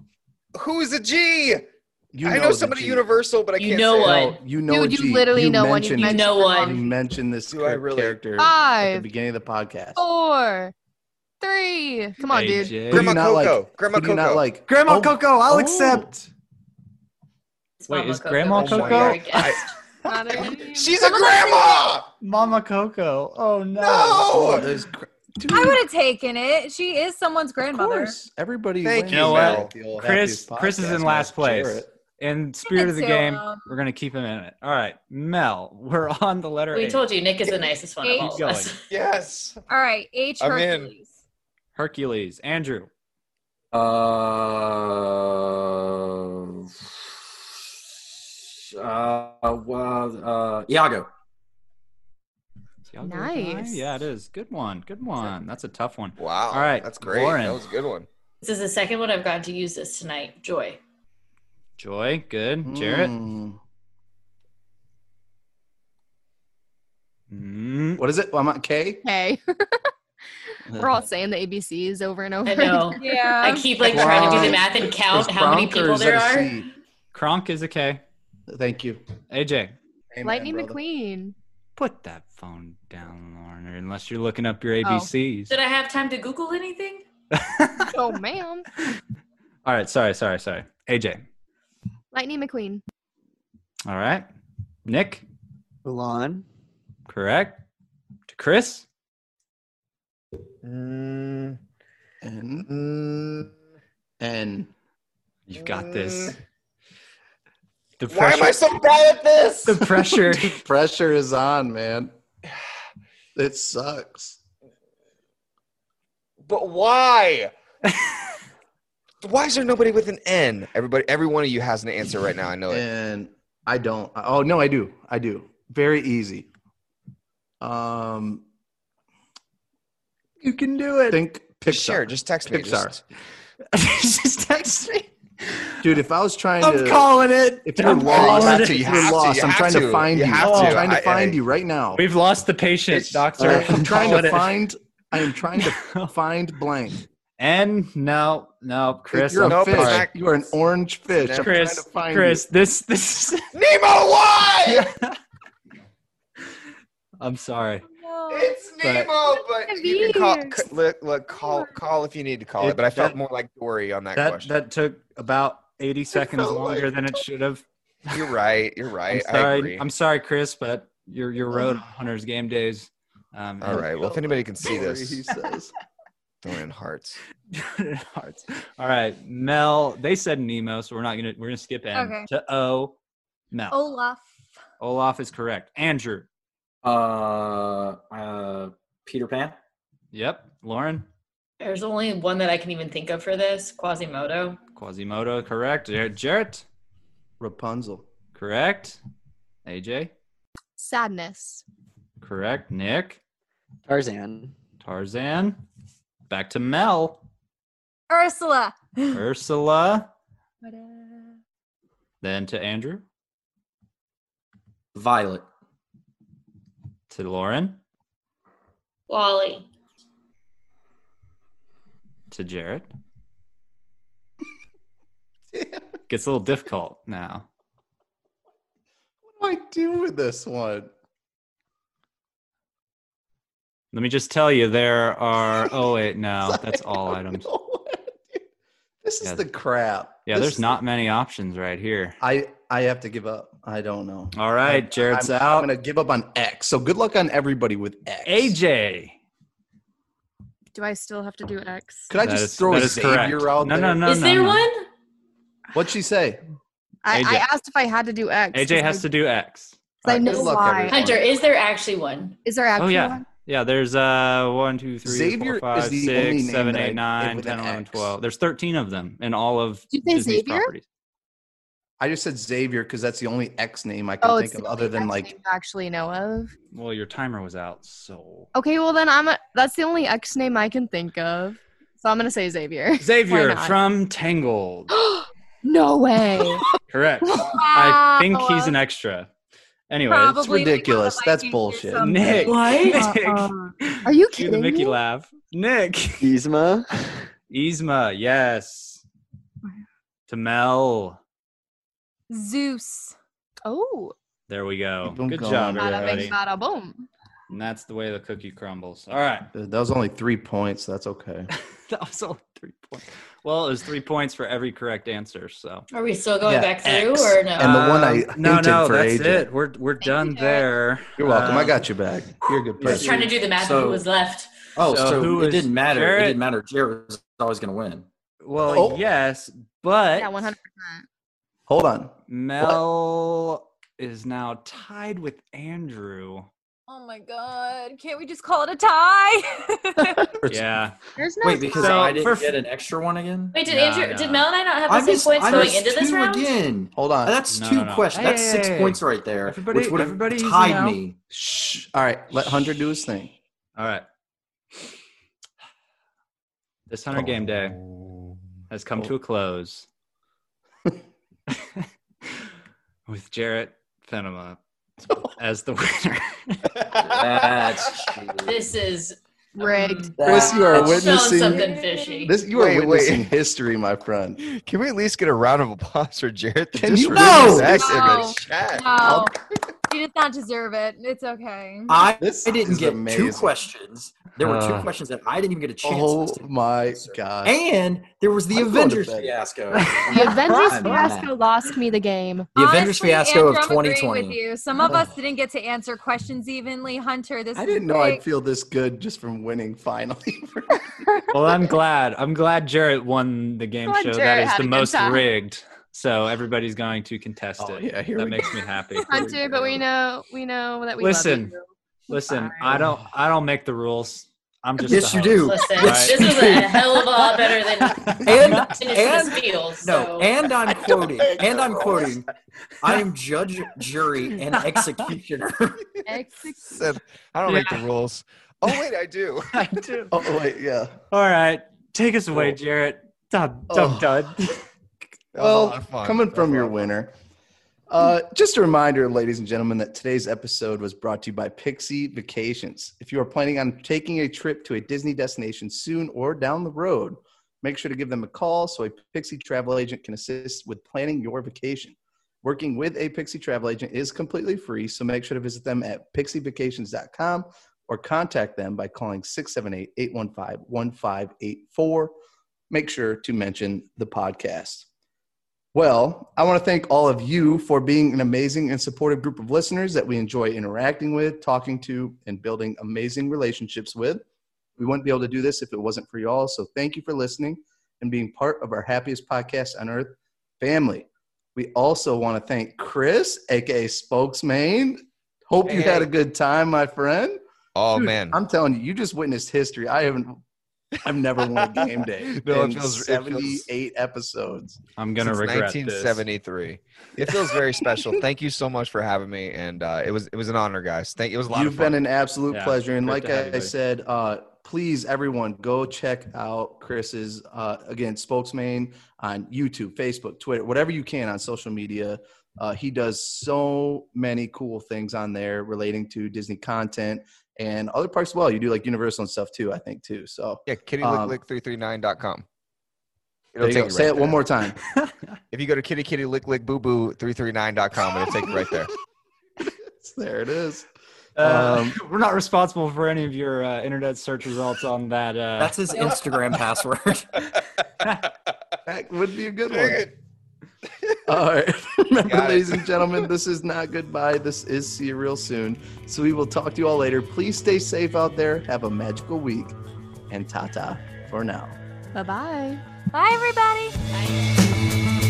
G: Who is a G? I
C: You
G: know
C: the
G: somebody
C: G.
G: universal, but I
F: You
G: can't
F: know
G: say it.
F: what?
C: No, you know
I: Dude,
C: a G.
I: you literally know one. You
C: mentioned,
I: mentioned
F: know
I: the
F: one.
I: wrong
C: You mentioned this
G: Do I
C: cur-
G: really?
C: character at the
I: Five, Oh,
C: beginning of the podcast.
I: four, three. Come on, dude.
H: AJ.
C: Who do
G: Grandma
C: you not like?
G: Coco. Grandma
C: Who do you not
G: Coco.
C: like?
H: Grandma
C: Oh,
H: Coco, I'll
C: oh.
H: accept.
F: It's
H: Wait,
F: Mama
H: is Grandma
F: Coco?
G: Coco-
F: Our guest.
G: I-
I: Not a-
G: She's a grandma.
H: Mama Coco. Oh
C: Oh,
G: No.
C: there's cr- Dude,
J: I would have taken it. She is someone's
C: Of
J: grandmother.
C: course, everybody.
G: Thank
C: wins
G: you, You know
H: what?
C: at the old
H: Chris-
C: Happiest
H: Chris is in
C: Podcast,
H: last
C: Matt
H: place.
C: Jarrett.
H: In spirit of the
J: so,
H: game,
J: um,
H: we're gonna keep him in it. All right, Mel, we're on the letter.
F: We
H: H.
F: told you Nick is the nicest one of
J: Keep
F: all of us.
G: Yes.
J: All right, H
G: I'm in.
J: Hercules.
H: Hercules. Andrew.
E: Uh, uh, uh, Iago.
H: Tiago
F: Nice.
H: Yeah, it is. Good one. Good one. That's a tough one.
G: Wow.
H: All right.
G: That's great.
H: Lauren.
G: That was a good one.
F: This is the second one I've gotten to use this tonight. Joy.
H: Joy.
C: Mm.
H: Good. Jarrett. Mm.
C: What is it? I'm on K.
I: Hey. We're all saying the ABCs over and over.
F: I know.
J: Yeah.
F: I keep like trying to do the math and count
H: Is
F: how many
H: Gronk or
F: people
H: is
F: there
H: that a
F: are.
H: C? Kronk is a K.
C: Thank you.
H: AJ,
C: Amen,
I: Lightning
C: brother.
I: McQueen.
H: put that phone down, Lauren, or unless you're looking up your ABCs.
F: Did I have time to Google anything?
I: oh, ma'am.
H: All right. Sorry. Sorry. Sorry. AJ.
I: Lightning McQueen.
H: All right. Nick.
K: Mulan.
H: Correct. To Chris.
G: Mm,
C: N.
G: mm,
C: N.
H: You've got this. The
G: why am I so bad at this?
H: the pressure.
C: Pressure is on, man. It sucks.
G: But why? why is there nobody with an N? Everybody, every one of you has an answer right now. I know it.
C: And I don't. Oh no, I do. I do. Very easy. Um,
H: you can do it.
C: think Pixar.
G: Just share. Just text me.
C: Pixar.
G: Just,
H: Just text me.
C: Dude, if I was trying
H: I'm
C: to,
H: calling it.
C: if you're
H: I'm
C: lost,
H: calling
G: You
C: if
G: have
C: you're
G: to,
C: lost,
G: you
C: I'm
G: have
C: trying
G: to,
C: to find
G: you
C: you.
G: have
C: I'm
G: to.
C: trying
G: I-
C: to find
G: I-
C: you right now.
H: We've lost the patient,
G: It's-
H: doctor.
C: I am uh, trying
H: calling
C: to
H: it.
C: find. I am trying to find blank.
H: And no, no, Chris.
C: you're a
H: I'm
G: Nope, it's
C: fish.
H: sorry.
G: not-
C: You are an orange fish. I'm trying to
H: Chris,
C: find
H: Chris, this, this. Is,
G: Nemo, why?
H: I'm sorry.
G: It's
H: But-
G: Nemo, but
I: the
G: you can call.
I: beers?
G: c- Look, look, call, call if you need to call it.
H: It-
G: but I felt
H: that-
G: more like Dory on that,
H: That
G: question.
H: that took about 80 seconds
G: felt
H: longer
G: like-
H: than it should have.
G: you're right. You're
H: I'm
G: right. I
H: sorry.
G: agree.
H: I'm sorry, Chris, but your your road on Hunter's game days. Um,
G: All right. Well, if anybody can see
C: Sorry, He
G: this,
C: says.
G: throw in hearts.
H: hearts. All right, Mel. They said Nemo, so we're not gonna we're gonna skip N
J: Okay. Oh.
H: to O. Mel.
J: Olaf.
H: Olaf is correct. Andrew.
E: Uh, uh, Peter Pan.
H: Yep. Lauren.
F: There's only one that I can even think of for this Quasimodo.
H: Quasimodo. Correct. Jar- Jarrett.
C: Rapunzel.
H: Correct. AJ.
I: Sadness.
H: Correct. Nick.
K: Tarzan.
H: Tarzan. Back to Mel.
J: Ursula.
H: Ursula.
J: What, uh,
H: Then to Andrew.
E: Violet.
H: To Lauren.
F: Wally.
H: To Jarrett. Gets a little difficult now.
C: What do I do with this one?
H: Let me just tell you, there are. Oh wait, no, that's all
C: I don't
H: items.
C: know what I do. This is
H: Yeah.
C: the crap.
H: Yeah,
C: This
H: there's
C: is-
H: not many options right here.
C: I I have to give up. I don't know.
H: All right, Jared's
C: I'm, I'm
H: Oh, out.
C: gonna give up on X. So good luck on everybody with X.
H: AJ.
I: Do I still have to do X?
C: Could I
H: That
C: just
H: is-
C: throw
H: that
C: a
H: is correct.
C: savior out
H: No,
C: there?
H: no, no,
F: Is
H: no,
F: there
H: no.
F: one?
C: What'd she say?
I: I,
H: AJ.
I: I asked if I had to do X.
H: AJ has to do X.
I: I
C: Alright,
I: know
C: good luck,
I: why.
C: everyone.
F: Hunter, is there actually one?
I: Is there actually
H: Oh yeah,
I: one?
H: yeah. There's uh one, two, three,
C: Xavier
H: four,
C: is
H: five,
C: the only
H: six,
C: name
H: seven,
C: that I-
H: eight, nine,
C: with an
H: 10, 11,
C: X.
H: 12. There's 13 of them in all of
I: Did you say
H: Disney's
I: Xavier?
H: properties.
C: I just said Xavier because that's the only X name I can
I: Oh, it's
C: think of
I: the
C: other
I: only
C: than
I: X
C: like
I: name I actually know of.
H: Well, your timer was out, so
I: Okay, well then I'm a, that's the only X name I can think of. So I'm gonna say Xavier.
H: Xavier
I: not?
H: from Tangled.
I: no way.
H: Correct. I
J: Wow.
H: think he's an extra. Anyway,
J: Probably
C: It's
J: like on the
C: ridiculous. That's
J: Vikings or
C: bullshit.
J: something. Uh-uh.
H: Nick.
F: What?
H: Nick.
I: Are you
H: Do the
I: kidding
H: Mickey
I: me?
H: laugh. Nick.
K: Yzma.
H: Yzma, yes. To Mel.
J: Zeus.
I: Oh,
H: There we go.
C: Keep 'em
H: Good
C: going,
H: job,
I: bada
C: everybody.
H: everybody.
I: bing, bada boom.
H: And that's the way the cookie crumbles. All right.
C: that was only three points. That's okay.
H: that was all three points. Well, it was three points for every correct answer. So
F: Are we still going
C: Yeah,
F: back through
C: X.
F: or no?
C: And the one I
H: Um, no,
C: hinted
H: no,
C: for
H: that's
C: AJ.
H: it. We're we're done
I: you, Jared.
H: there.
C: You're welcome. I
H: Um,
C: got you back. You're a good
F: I was
C: person.
F: trying to do the math of
E: So-
F: who was left.
E: Oh,
H: So
E: so,
H: who
E: it
H: is
E: didn't matter. It
H: Jarrett?
E: didn't matter. Jared was always going to win.
H: Well,
C: Oh.
H: yes, but
I: Yeah, 100.
C: Hold on.
H: Mel is now tied with Andrew
J: Oh my god! Can't we just call it a tie?
E: Yeah.
D: There's no
E: Wait, because
D: time.
E: I didn't
H: for-
E: get an extra one again.
F: Wait, did
H: Nah,
F: Andrew,
H: nah.
F: did Mel and I not have
E: I
F: the same
E: missed,
F: points
E: I
F: going
E: missed
F: into this
E: two
F: round?
E: again.
C: Hold on.
E: That's
H: Uh, No,
E: two
H: no, no.
E: questions. That's
H: Hey,
E: six
H: hey, hey.
E: points right there,
H: Everybody-
E: which would
H: everybody
E: have
H: easy
E: tied
H: now.
E: me.
C: Shh. All right, let Hunter do his thing.
H: All right. This Hunter game day
G: Oh.
H: has come to a close with Jarrett Fenema as the winner.
E: That's true.
F: This is Mm.
D: rigged.
C: Chris, you are
F: showing
C: witnessing
F: something fishy.
C: this. You are
G: Wait, wait.
C: witnessing history, my friend.
G: Can we at least get a round of applause for Jared?
C: Can you-
G: ruined his
C: No!
G: ex
J: No.
G: in the chat.
J: no, you did not deserve it. It's okay.
E: I,
C: This
E: I didn't
C: is
E: get
C: amazing.
E: two questions. There were two
H: Uh.
E: questions that I didn't even get a chance
C: Oh
E: to
C: my
E: answer.
C: god!
E: And there was the
C: I'm going to
E: Avengers
C: bed.
E: fiasco.
I: The Avengers
E: I'm
I: fiasco
E: mad.
I: lost me the game.
E: The Avengers
J: Honestly,
E: fiasco
J: Andrew,
E: of
J: I'm agreeing
E: 2020.
J: With you. Some of us didn't get to answer questions evenly. Hunter, this
C: Oh. I
J: is
C: didn't know
J: great.
C: I'd feel this good just from winning. Finally,
H: well, I'm glad. I'm glad Jarrett won the game
D: Glad
H: show.
D: Jarrett
H: that is
D: had
H: the
D: a good
H: most
D: time.
H: rigged. So everybody's going to contest
C: Oh,
H: it.
C: yeah, here
H: that
C: we
H: makes me happy.
D: Hunter, but we know we know that we
H: Listen.
D: love you.
H: Listen,
D: Fine.
H: I don't. I don't make the rules. I'm just.
E: Yes, you
H: the host.
E: do.
F: Listen,
H: Right.
F: this was a hell of a lot better than
E: And
F: this
E: and
F: feel.
E: No,
F: So.
E: and I'm quoting, and I'm quoting, I am judge, jury, and executioner.
G: Said, I don't make the rules. Oh wait, I do.
H: I do.
C: oh wait, yeah.
H: All right, take us away, Jarrett. Dub,
C: Oh.
H: dub, dud.
G: That was a lot
C: Well,
G: of fun.
C: coming
G: That was
C: from
G: a
C: your
G: lot of fun.
C: winner. Uh, just a reminder, ladies and gentlemen, that today's episode was brought to you by Pixie Vacations. If you are planning on taking a trip to a Disney destination soon or down the road, make sure to give them a call so a Pixie travel agent can assist with planning your vacation. Working with a Pixie travel agent is completely free, so make sure to visit them at pixievacations.com or contact them by calling 678 815 1584. Make sure to mention the podcast. Well, I want to thank all of you for being an amazing and supportive group of listeners that we enjoy interacting with, talking to, and building amazing relationships with. We wouldn't be able to do this if it wasn't for you all. So thank you for listening and being part of our happiest podcast on earth family. We also want to thank Chris, aka Spokesman. Hope you
G: Hey.
C: had a good time, my friend.
G: Oh
C: Dude,
G: man,
C: I'm telling you, you just witnessed history. I haven't. I've never won a game day.
G: No, it
C: in
G: feels- it feels-
C: 78 episodes.
H: I'm gonna
G: Since
H: regret this.
G: 1973. It feels very special. Thank you so much for having me, and uh, it was it was an honor, guys. Thank it was a lot
C: You've
G: of fun.
C: been an absolute
H: Yeah,
C: pleasure. And
H: great
C: like
H: to have
C: I,
H: you, buddy.
C: said, uh, please, everyone, go check out Chris's, uh, again, spokesman on YouTube, Facebook, Twitter, whatever you can on social media. Uh, he does so many cool things on there relating to Disney content and other parts as well. You do like Universal and stuff too, I think, too. So
G: yeah,
C: um,
G: kittylicklick339.com.
C: there you go.
G: you
C: say
G: right
C: it one
G: there.
C: more time.
G: If you go to kittykittyllicklickbooboo339.com, it'll take you right there.
C: there it is.
H: Uh, we're not responsible for any of your uh, internet search results on that. Uh,
E: That's his Instagram password.
C: That would be a good
G: Dang
C: one. All right. Remember,
G: Got it.
C: ladies and gentlemen, this is not goodbye. This is see you real soon. So we will talk to you all later. Please stay safe out there. Have a magical week. And ta ta for now.
I: Bye bye.
J: Bye, everybody.
F: Bye.